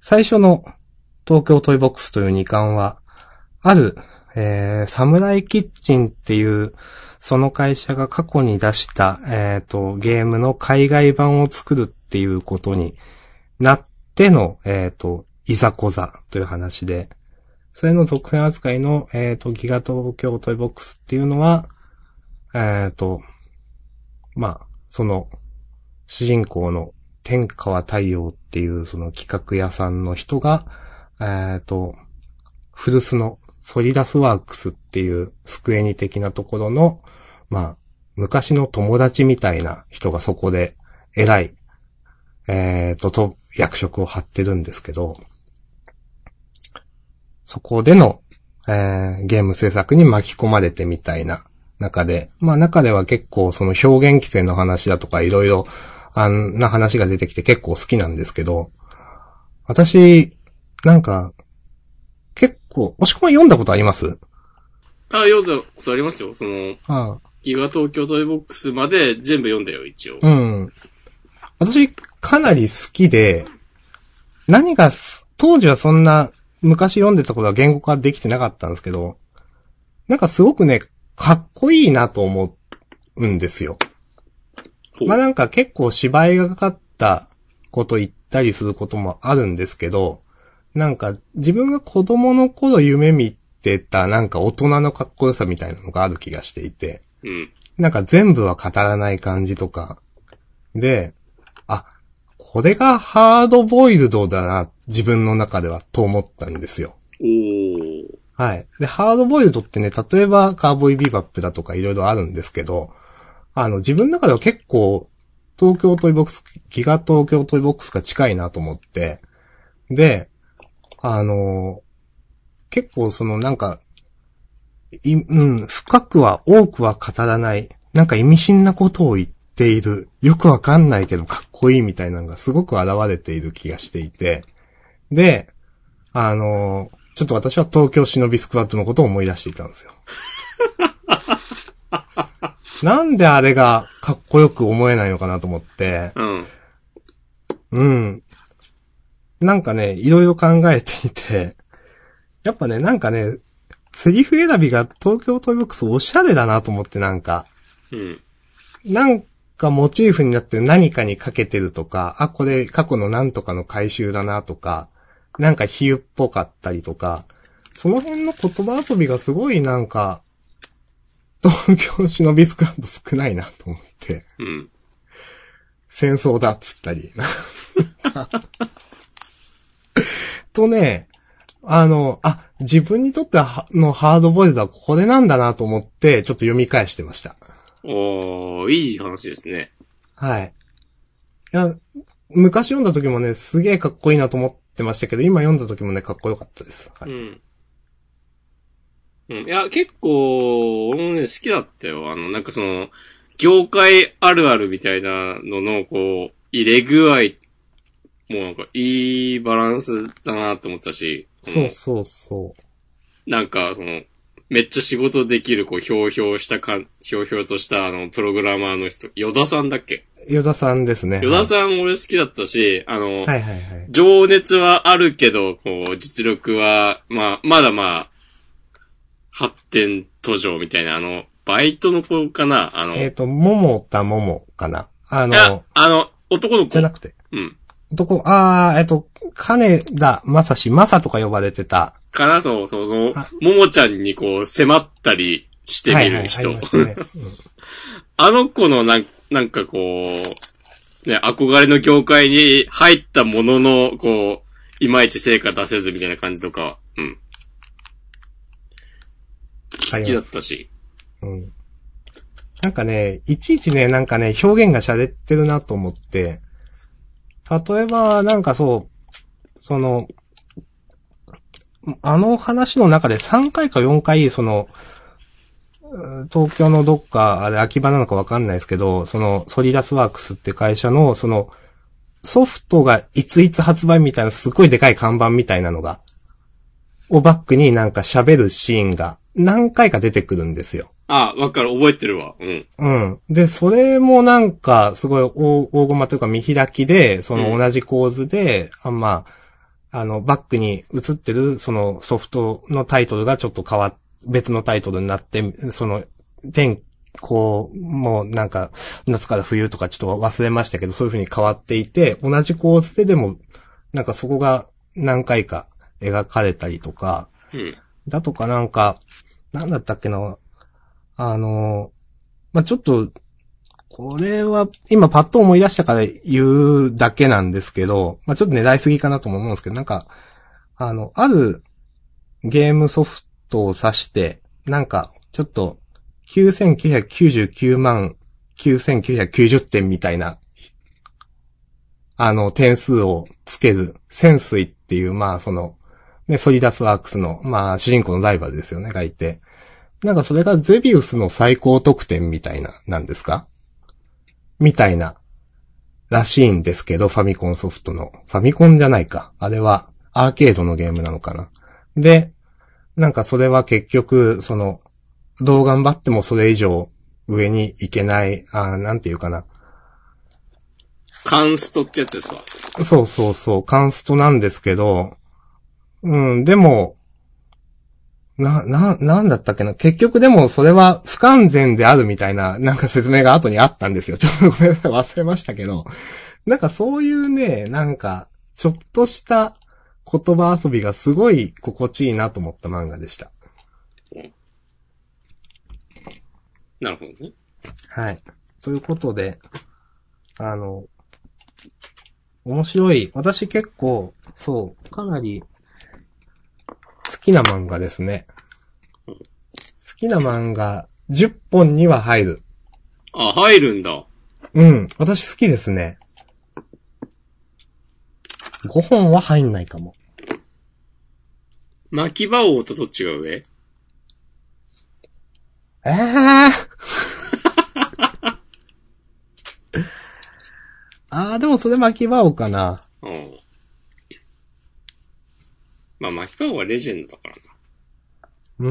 Speaker 1: 最初の東京トイボックスという2巻は、ある、えー、サムライキッチンっていう、その会社が過去に出した、えっ、と、ゲームの海外版を作るっていうことになっての、えっ、と、いざこざという話で、それの続編扱いの、えっ、と、ギガ東京トイボックスっていうのは、えっ、と、まあ、その、主人公の天川太陽っていうその企画屋さんの人が、えっ、と、古巣のソリダスワークスっていうスクエニ的なところの、まあ、昔の友達みたいな人がそこで偉い、えっ、と、と、役職を張ってるんですけど、そこでの、えーゲーム制作に巻き込まれてみたいな中で、まあ中では結構その表現規制の話だとかいろいろあんな話が出てきて結構好きなんですけど、私、なんか、結構、押し込み読んだことあります
Speaker 2: あ、読んだことありますよ。その、
Speaker 1: あ
Speaker 2: ギガ東京トイボックスまで全部読んだよ、一応。
Speaker 1: あうん。私、かなり好きで、何がす、当時はそんな、昔読んでたことは言語化できてなかったんですけど、なんかすごくね、かっこいいなと思うんですよ。
Speaker 2: ほう
Speaker 1: まあなんか結構芝居がかかったこと言ったりすることもあるんですけど、なんか自分が子供の頃夢見てたなんか大人のかっこよさみたいなのがある気がしていて、
Speaker 2: うん。
Speaker 1: なんか全部は語らない感じとか、で、あ、これがハードボイルドだな、自分の中ではと思ったんですよ。
Speaker 2: おー。
Speaker 1: はい。で、ハードボイルドってね、例えばカーボーイビバップだとかいろいろあるんですけど、あの、自分の中では結構、東京トイボックス、ギガ東京トイボックスが近いなと思って、で、あの、結構そのなんか、い、うん、深くは多くは語らない、なんか意味深なことを言っている、よくわかんないけどかっこいいみたいなのがすごく現れている気がしていて、で、あの、ちょっと私は東京忍びスクワットのことを思い出していたんですよ。なんであれがかっこよく思えないのかなと思って、
Speaker 2: うん。
Speaker 1: うん。なんかね、いろいろ考えていて、やっぱね、なんかね、セリフ選びが東京トイボックスおしゃれだなと思ってなんか、
Speaker 2: うん。
Speaker 1: なんかモチーフになってる何かにかけてるとか、あ、これ過去のなんとかの回収だなとか、なんか比喩っぽかったりとか、その辺の言葉遊びがすごいなんか、東京忍びスクワット少ないなと思って、
Speaker 2: うん。
Speaker 1: 戦争だっつったり。 とね、あの、あ、自分にとってはのハードボイルドはこれなんだなと思って、ちょっと読み返してました。
Speaker 2: おー、いい話ですね。
Speaker 1: はい。いや、昔読んだ時もね、すげえかっこいいなと思ってましたけど、今読んだ時もね、かっこよかったです。は
Speaker 2: う
Speaker 1: い。
Speaker 2: ん。うん。いや、結構、俺もね、好きだったよ。あの、なんかその、業界あるあるみたいなのの、こう、入れ具合、もうなんか、いいバランスだなと思ったし、
Speaker 1: そうそうそ
Speaker 2: なんか、その、めっちゃ仕事できる、こう、ひょうひょうしたかん、ひょうひょうとした、あの、プログラマーの人、ヨダさんだっけ
Speaker 1: う。ヨダさんですね。
Speaker 2: ヨダさん俺好きだったし、あの、
Speaker 1: はいはいはい。
Speaker 2: 情熱はあるけど、こう、実力は、まあ、まだまあ、発展途上みたいな、あの、バイトの子かなあの、
Speaker 1: えっ、と、ももたももかな。あ
Speaker 2: いや
Speaker 1: の、、
Speaker 2: あの、男の子
Speaker 1: じゃ。なくて。
Speaker 2: うん。
Speaker 1: 男、あー、えっ、と、金田正史、正とか呼ばれてた。
Speaker 2: かなそう、そう、その
Speaker 1: あ、
Speaker 2: ももちゃんにこう、迫ったりしてみる人。
Speaker 1: はいはいはいありましたね
Speaker 2: あの子のなん、なんかこう、ね、憧れの業界に入ったものの、こう、いまいち成果出せずみたいな感じとか、う
Speaker 1: あ
Speaker 2: ん。
Speaker 1: ります
Speaker 2: 好きだったし。
Speaker 1: うんうんなんかね、いちいちね、なんかね、表現が洒落てるなと思って、例えば、なんかそう、その、あの話の中で3回か4回、その、うん東京のどっか、あれ、秋葉なのかわかんないですけど、その、ソリダスワークスって会社の、その、ソフトがいついつ発売みたいな、すごいでかい看板みたいなのが、をバックになんか喋るシーンが何回か出てくるんですよ。
Speaker 2: あ、わかる、覚えてるわ。うん。
Speaker 1: うん。で、それもなんか、すごい大大駒というか見開きで、そ
Speaker 2: うん
Speaker 1: の同じ構図で、あまあ、あの、バックに映ってる、そのソフトのタイトルがちょっと変わっ、別のタイトルになって、その、天候もなんか、夏から冬とかちょっと忘れましたけど、そういう風に変わっていて、同じ構図ででも、なんかそこが何回か描かれたりとか、
Speaker 2: うん。
Speaker 1: だとかなんか、なんだったっけな、あの、まあ、ちょっと、これは、今パッと思い出したから言うだけなんですけど、まあ、ちょっと狙いすぎかなとも思うんですけど、なんか、あの、あるゲームソフトを指して、なんか、ちょっと、9999万9990点みたいな、あの、点数をつける、潜水っていう、まあ、その、ね、ソリダスワークスの、まあ、主人公のライバルですよね、がいて。なんかそれがゼビウスの最高得点みたいな、なんですかみたいな、らしいんですけど、ファミコンソフトの。ファミコンじゃないか。あれは、アーケードのゲームなのかな。で、なんかそれは結局、その、どう頑張ってもそれ以上上に行けない、あーなんていうかな。
Speaker 2: カンストってやつですわ。
Speaker 1: そうそうそう、カンストなんですけど、うん、でも、な、な、なんだったっけな結局でもそれは不完全であるみたいな、なんか説明が後にあったんですよ。ちょっとごめんなさい、忘れましたけど。なんかそういうね、なんか、ちょっとした言葉遊びがすごい心地いいなと思った漫画でした。
Speaker 2: なるほどね。
Speaker 1: はい。ということで、あの、面白い。私結構、そう、かなり、好きな漫画ですね。好きな漫画、10本には入る。
Speaker 2: あ、入るんだ。
Speaker 1: うん、私好きですね。5本は入んないかも。
Speaker 2: 巻き場王とどっちが上
Speaker 1: えー あー、でもそれ巻き場おかな。
Speaker 2: うん。まあ、巻き場王はレジェンドだからな。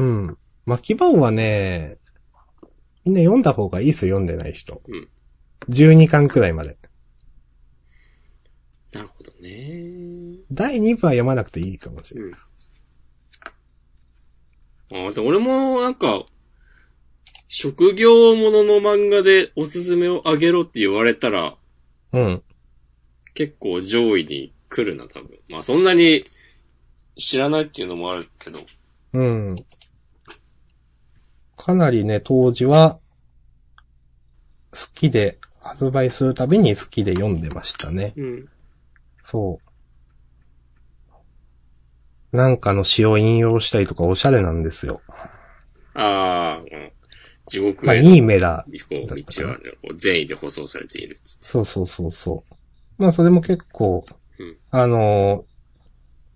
Speaker 1: うん。巻き棒はね、みんな読んだ方がいいっすよ、読んでない人。
Speaker 2: うん
Speaker 1: 12巻くらいまで。
Speaker 2: なるほどね。
Speaker 1: 第2部は読まなくていいかもしれない。
Speaker 2: あ、でも俺もなんか、職業ものの漫画でおすすめをあげろって言われたら、
Speaker 1: うん。
Speaker 2: 結構上位に来るな、多分。まあ、そんなに知らないっていうのもあるけど。
Speaker 1: うん。かなりね、当時は、好きで、発売するたびに好きで読んでましたね。
Speaker 2: うん。
Speaker 1: そう。なんかの詩を引用したりとかおしゃれなんですよ。
Speaker 2: ああ、うん地獄
Speaker 1: まあ、
Speaker 2: へ
Speaker 1: い
Speaker 2: の
Speaker 1: い目だ
Speaker 2: こう道は、ね、こう善意で舗装されているっつって。
Speaker 1: そうそうそうそう。まあそれも結構、
Speaker 2: うん
Speaker 1: あの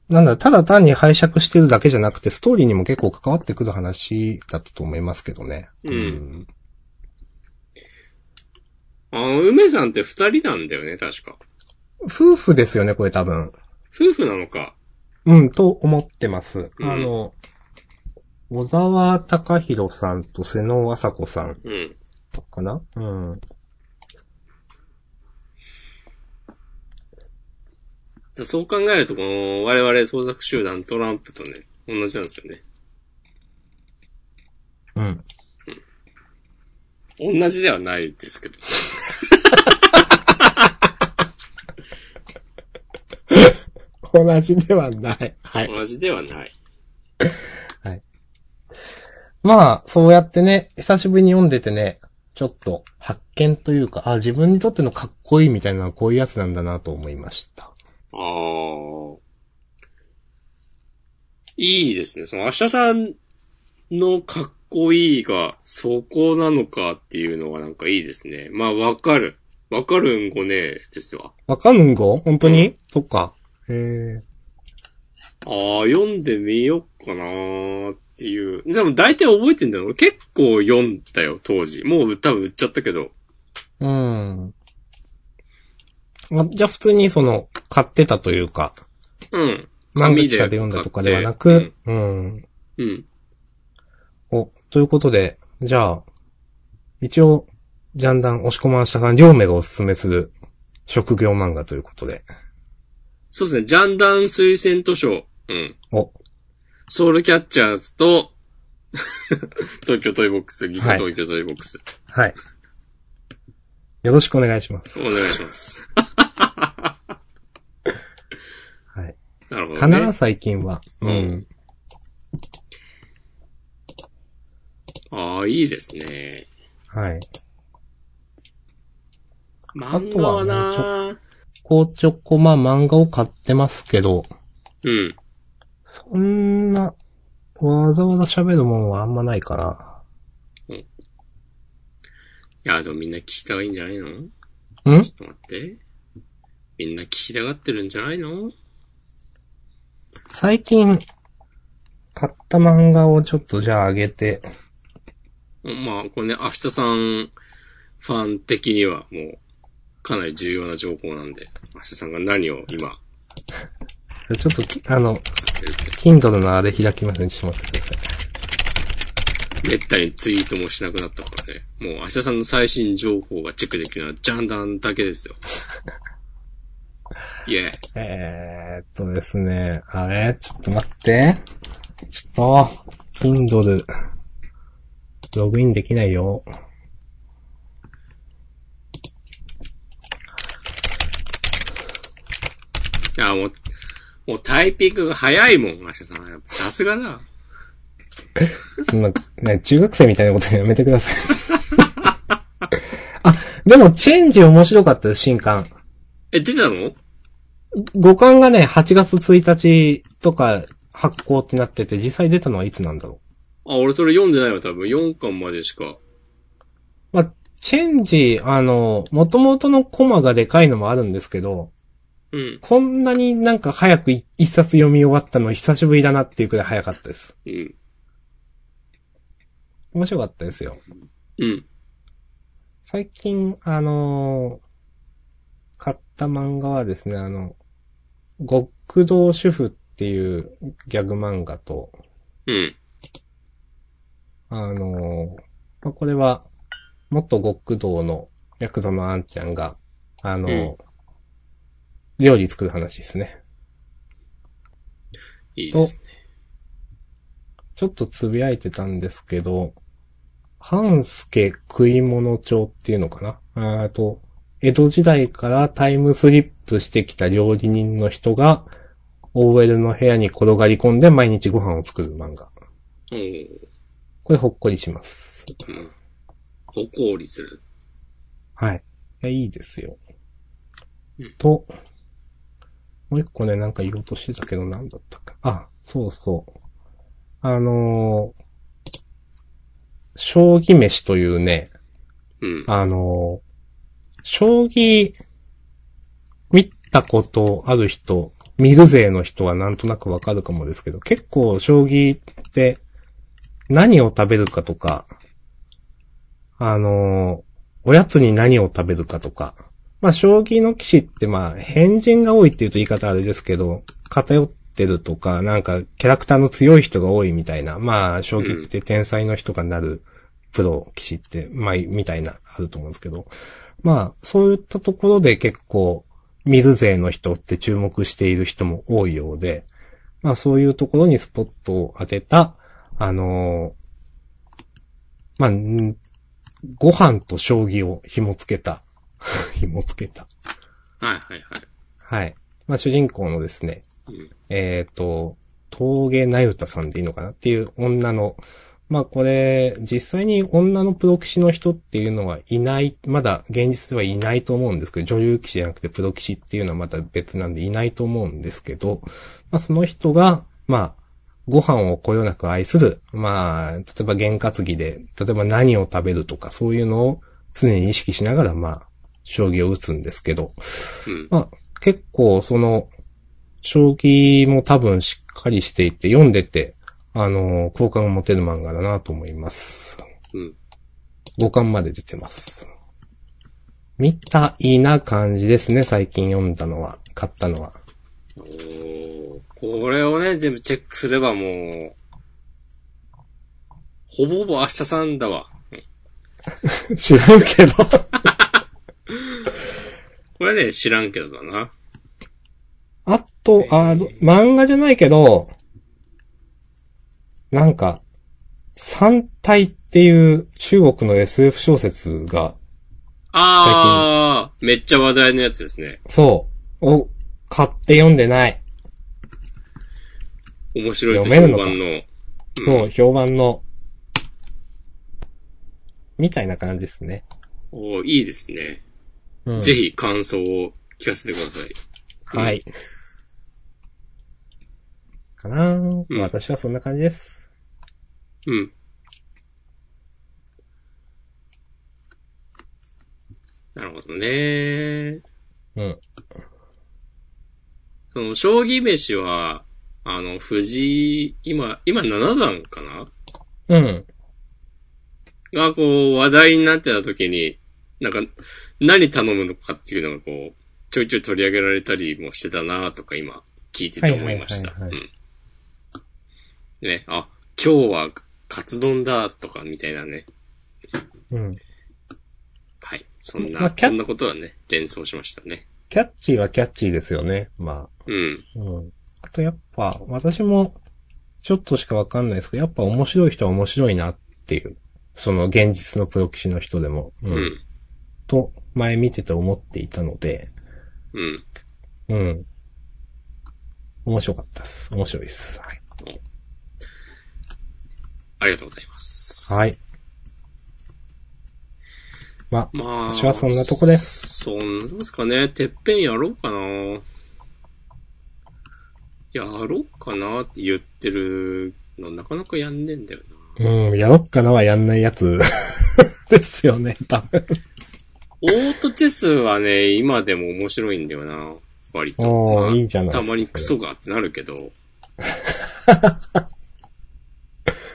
Speaker 1: ーなんだ、ただ単に拝借してるだけじゃなくて、ストーリーにも結構関わってくる話だったと思いますけどね。
Speaker 2: うんあの、梅さんって二人なんだよね、確か。
Speaker 1: 夫婦ですよね、これ多分。
Speaker 2: 夫婦なのか。
Speaker 1: うん、と思ってます。
Speaker 2: うん
Speaker 1: あの、小沢隆弘さんと瀬野麻子さん
Speaker 2: うん。
Speaker 1: かなうん。
Speaker 2: だそう考えると、この、我々創作集団トランプとね、同じなんですよね。
Speaker 1: うん。
Speaker 2: 同じではないですけど。
Speaker 1: 同じではない。はい。
Speaker 2: 同じではない。
Speaker 1: まあ、そうやってね、久しぶりに読んでてね、ちょっと発見というか、あ、自分にとってのかっこいいみたいなのはこういうやつなんだなと思いました。
Speaker 2: あー。いいですね。その、明日さんのかっこいいが、そこなのかっていうのがなんかいいですね。まあわかる。わかるんごねえですわ。
Speaker 1: わかんんご本当に、
Speaker 2: う
Speaker 1: そっか。え
Speaker 2: ああ、読んでみよっかなーっていう。でも大体覚えてんだよ。俺結構読んだよ、当時。もう多分売っちゃったけど。
Speaker 1: えうん。あじゃあ普通にその、買ってたというか、
Speaker 2: うん。
Speaker 1: 漫画記
Speaker 2: 紙で
Speaker 1: 者で読んだとかではなく、うん。
Speaker 2: うん。
Speaker 1: お、ということで、じゃあ、一応、ジャンダン押し込まんしたさん、両目がおすすめする職業漫画ということで。
Speaker 2: そうですね。ジャンダン推薦図書。うん。
Speaker 1: お、
Speaker 2: ソウルキャッチャーズと、 東京トイボックス、ギガ
Speaker 1: はい
Speaker 2: 東京トイボックス。
Speaker 1: はい。よろしくお願いします。
Speaker 2: お願いします。
Speaker 1: はい。
Speaker 2: なるほど
Speaker 1: か
Speaker 2: ね。
Speaker 1: な、最近は。
Speaker 2: うん。ああ、いいですね。
Speaker 1: はい。
Speaker 2: 漫画はな
Speaker 1: あとこうちょこま漫画を買ってますけど、
Speaker 2: うん。
Speaker 1: そんな、わざわざ喋るもんはあんまないかな。
Speaker 2: いや、でもみんな聞きたがいいんじゃないのちょ
Speaker 1: ん
Speaker 2: っと待って。みんな聞きたがってるんじゃないの
Speaker 1: 最近、買った漫画をちょっとじゃああげて、
Speaker 2: まあ、これね、明日さんファン的にはもう、かなり重要な情報なんで、明日さんが何を今、
Speaker 1: ちょっとき、あの、
Speaker 2: 買ってるっ
Speaker 1: Kindle のあれ開きますね。ちょっと待ってください。
Speaker 2: て、めったにツイートもしなくなったからね。もう、明日さんの最新情報がチェックできるのは、ジャンダンだけですよ。いえ、
Speaker 1: えーっとですね、あれちょっと待って。ちょっと、Kindle、ログインできないよ。
Speaker 2: いや、もう、もうタイピングが早いもん、明日さんは。やっぱさすがだ。
Speaker 1: そんな、ね、中学生みたいなことやめてください。 あ、でも、チェンジ面白かったです、新刊。
Speaker 2: え、出たの
Speaker 1: 五巻がね、8月1日とか発行ってなってて、実際出たのはいつなんだろ
Speaker 2: あ、俺それ読んでないわ、多分。4巻までしか。
Speaker 1: う。まあ、チェンジ、あの、元々のコマがでかいのもあるんですけど、
Speaker 2: うん。
Speaker 1: こんなになんか早くい一冊読み終わったの久しぶりだなっていうくらい早かったです。
Speaker 2: うん。
Speaker 1: 面白かったですよ。
Speaker 2: うん。
Speaker 1: 最近、あのー買った漫画はですね、あの、極道主婦っていうギャグ漫画と、
Speaker 2: うん。
Speaker 1: あのーまあ、これは、元極道のヤクザのあんちゃんが、あのー
Speaker 2: う
Speaker 1: 料理作る話ですね。
Speaker 2: いいですね。
Speaker 1: ちょっとつぶやいてたんですけど、半助食い物帳っていうのかなあと、江戸時代からタイムスリップしてきた料理人の人が、OL の部屋に転がり込んで毎日ご飯を作る漫画。
Speaker 2: おー
Speaker 1: これほっこりします。
Speaker 2: うん。ほこりする。
Speaker 1: はい。いや、いいですよ
Speaker 2: うん。
Speaker 1: と、もう一個ね、なんか言おうとしてたけど、なんだったか。あ、そうそう。あのー将棋飯というね、
Speaker 2: うん。
Speaker 1: あのー将棋、見たことある人、見る勢の人はなんとなくわかるかもですけど、結構将棋って何を食べるかとか、あのーおやつに何を食べるかとか、まあ将棋の棋士ってまあ変人が多いっていうと言い方あれですけど、偏ってるとか、なんかキャラクターの強い人が多いみたいな、まあ将棋って天才の人がなるプロ棋士って、まあみたいな、あると思うんですけど、まあそういったところで結構、見る勢の人って注目している人も多いようで、まあそういうところにスポットを当てた、あのーまあ、んご飯と将棋を紐付けた。 紐付けた。
Speaker 2: はいはいは
Speaker 1: はい。まあ主人公のですね、
Speaker 2: い。うん。
Speaker 1: えっ、と、峠なゆたさんでいいのかなっていう女の、まあこれ、実際に女のプロ棋士の人っていうのはいない、まだ現実ではいないと思うんですけど、女流棋士じゃなくてプロ棋士っていうのはまた別なんでいないと思うんですけど、まあその人が、まあ、ご飯をこよなく愛する。まあ、例えば験担ぎで、例えば何を食べるとか、そういうのを常に意識しながら、まあ、将棋を打つんですけど、
Speaker 2: うん。
Speaker 1: まあ、結構その、将棋も多分しっかりしていて、読んでて、あの、好感を持てる漫画だなと思います。
Speaker 2: うん。
Speaker 1: 5巻まで出てます。みたいな感じですね、最近読んだのは、買ったのは。
Speaker 2: おーこれをね、全部チェックすればもう、ほぼほぼ明日さんだわ。う ん
Speaker 1: 知らんけど。
Speaker 2: これね、知らんけどだな。
Speaker 1: あと、あの、漫画じゃないけど、なんか、三体っていう中国の SF 小説が、
Speaker 2: あー、めっちゃ話題のやつですね。
Speaker 1: そう、を買って読んでない。
Speaker 2: 面白いと
Speaker 1: 読めるの
Speaker 2: 評
Speaker 1: か
Speaker 2: 判の。
Speaker 1: そう、評判の、みたいな感じですね。
Speaker 2: おーいいですね。
Speaker 1: うん
Speaker 2: ぜ。ひ感想を聞かせてください。
Speaker 1: はい。かなー
Speaker 2: うん
Speaker 1: 私はそんな感じです。
Speaker 2: うん。なるほどね。
Speaker 1: うん。
Speaker 2: その、将棋飯は、あの、藤井、今、今7段かな
Speaker 1: うん。
Speaker 2: が、こう、話題になってた時に、なんか、何頼むのかっていうのが、こう、ちょいちょい取り上げられたりもしてたなとか、今、聞いてて思いました。
Speaker 1: はいはいはいは
Speaker 2: うん。ね、あ、今日は、カツ丼だ、とか、みたいなね。
Speaker 1: うん。
Speaker 2: はい。そん
Speaker 1: ま
Speaker 2: な
Speaker 1: あ、キャ
Speaker 2: そんなことはね、連想しましたね。
Speaker 1: キャッチーはキャッチーですよね。まあ。
Speaker 2: うん。
Speaker 1: うん。あとやっぱ、私も、ちょっとしかわかんないですけど、やっぱ面白い人は面白いなっていう、その現実のプロ棋士の人でも、う。
Speaker 2: うんん。
Speaker 1: と、前見てて思っていたので、
Speaker 2: うん。
Speaker 1: うん。面白かったです。面白いです。はい。
Speaker 2: ありがとうございます。
Speaker 1: はい。ま
Speaker 2: まあ。。
Speaker 1: 私はそんなとこです
Speaker 2: そんなんですかね。てっぺんやろうかな。やろうかなって言ってるの、なかなかやんねえんだよな。
Speaker 1: あ、うん、やろっかなはやんないやつ ですよね、多分。
Speaker 2: オートチェスはね、今でも面白いんだよな。割と。
Speaker 1: おー
Speaker 2: まあ
Speaker 1: いいじゃないです
Speaker 2: た
Speaker 1: か
Speaker 2: まにクソがってなるけど。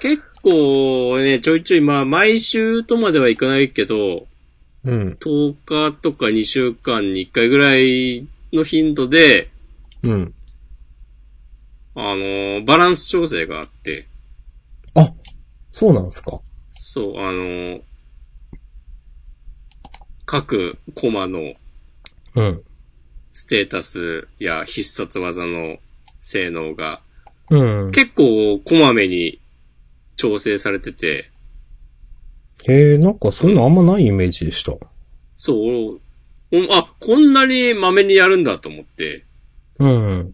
Speaker 2: 結構ね、ちょいちょい、まあ、毎週とまではいかないけど、
Speaker 1: うん。
Speaker 2: 10日とか2週間に1回ぐらいの頻度で、
Speaker 1: うん。
Speaker 2: あのーバランス調整があって、
Speaker 1: あ、そうなんですか。
Speaker 2: そう、あのー各コマの
Speaker 1: うん。
Speaker 2: ステータスや必殺技の性能が
Speaker 1: うん。
Speaker 2: 結構こまめに調整されてて、
Speaker 1: へえ、なんかそういうのあんまないイメージでした。
Speaker 2: そう、おあ、こんなにまめにやるんだと思って、
Speaker 1: うん。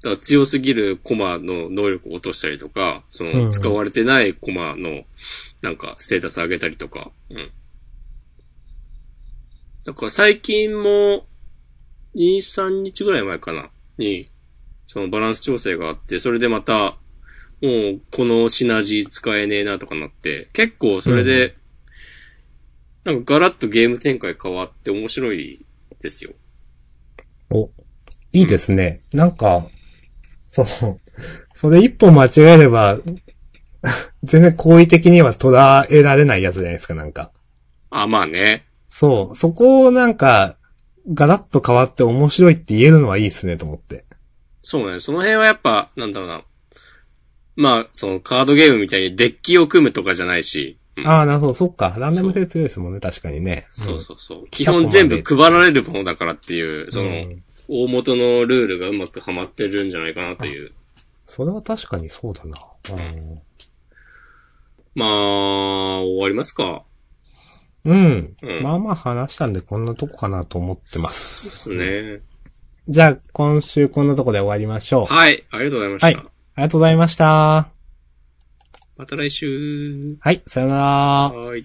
Speaker 2: だから強すぎるコマの能力を落としたりとか、そ
Speaker 1: うん
Speaker 2: の使われてないコマのなんかステータス上げたりとか。うん。だから最近も2、3日ぐらい前かなに、そのバランス調整があって、それでまた、もうこのシナジー使えねえなとかなって、結構それで、なんかガラッとゲーム展開変わって面白いですよ。
Speaker 1: お、いいですね。なんか、その、それ一歩間違えれば、 全然好意的には捉えられないやつじゃないですか、なんか。
Speaker 2: あ、まあね。
Speaker 1: そう、そこをなんか、ガラッと変わって面白いって言えるのはいいですね、と思って。
Speaker 2: そうね。その辺はやっぱ、なんだろうな。まあ、そのカードゲームみたいにデッキを組むとかじゃないし。うん
Speaker 1: ああ、なるほど、そっか。ランダム性強いですもんね、確かにね。
Speaker 2: そううんそうそう。基本全部配られるものだからっていう、その
Speaker 1: う、ん
Speaker 2: 大元のルールがうまくはまってるんじゃないかなという。
Speaker 1: それは確かにそうだな。うん。
Speaker 2: まあ、終わりますか。
Speaker 1: うん。
Speaker 2: うん
Speaker 1: まあまあ話したんで、こんなとこかなと思ってます。
Speaker 2: そうですね。
Speaker 1: じゃあ、今週こんなとこで終わりましょう。
Speaker 2: はい。ありがとうございました。
Speaker 1: はいありがとうございました。
Speaker 2: また来週。
Speaker 1: はい、さよなら。
Speaker 2: はい。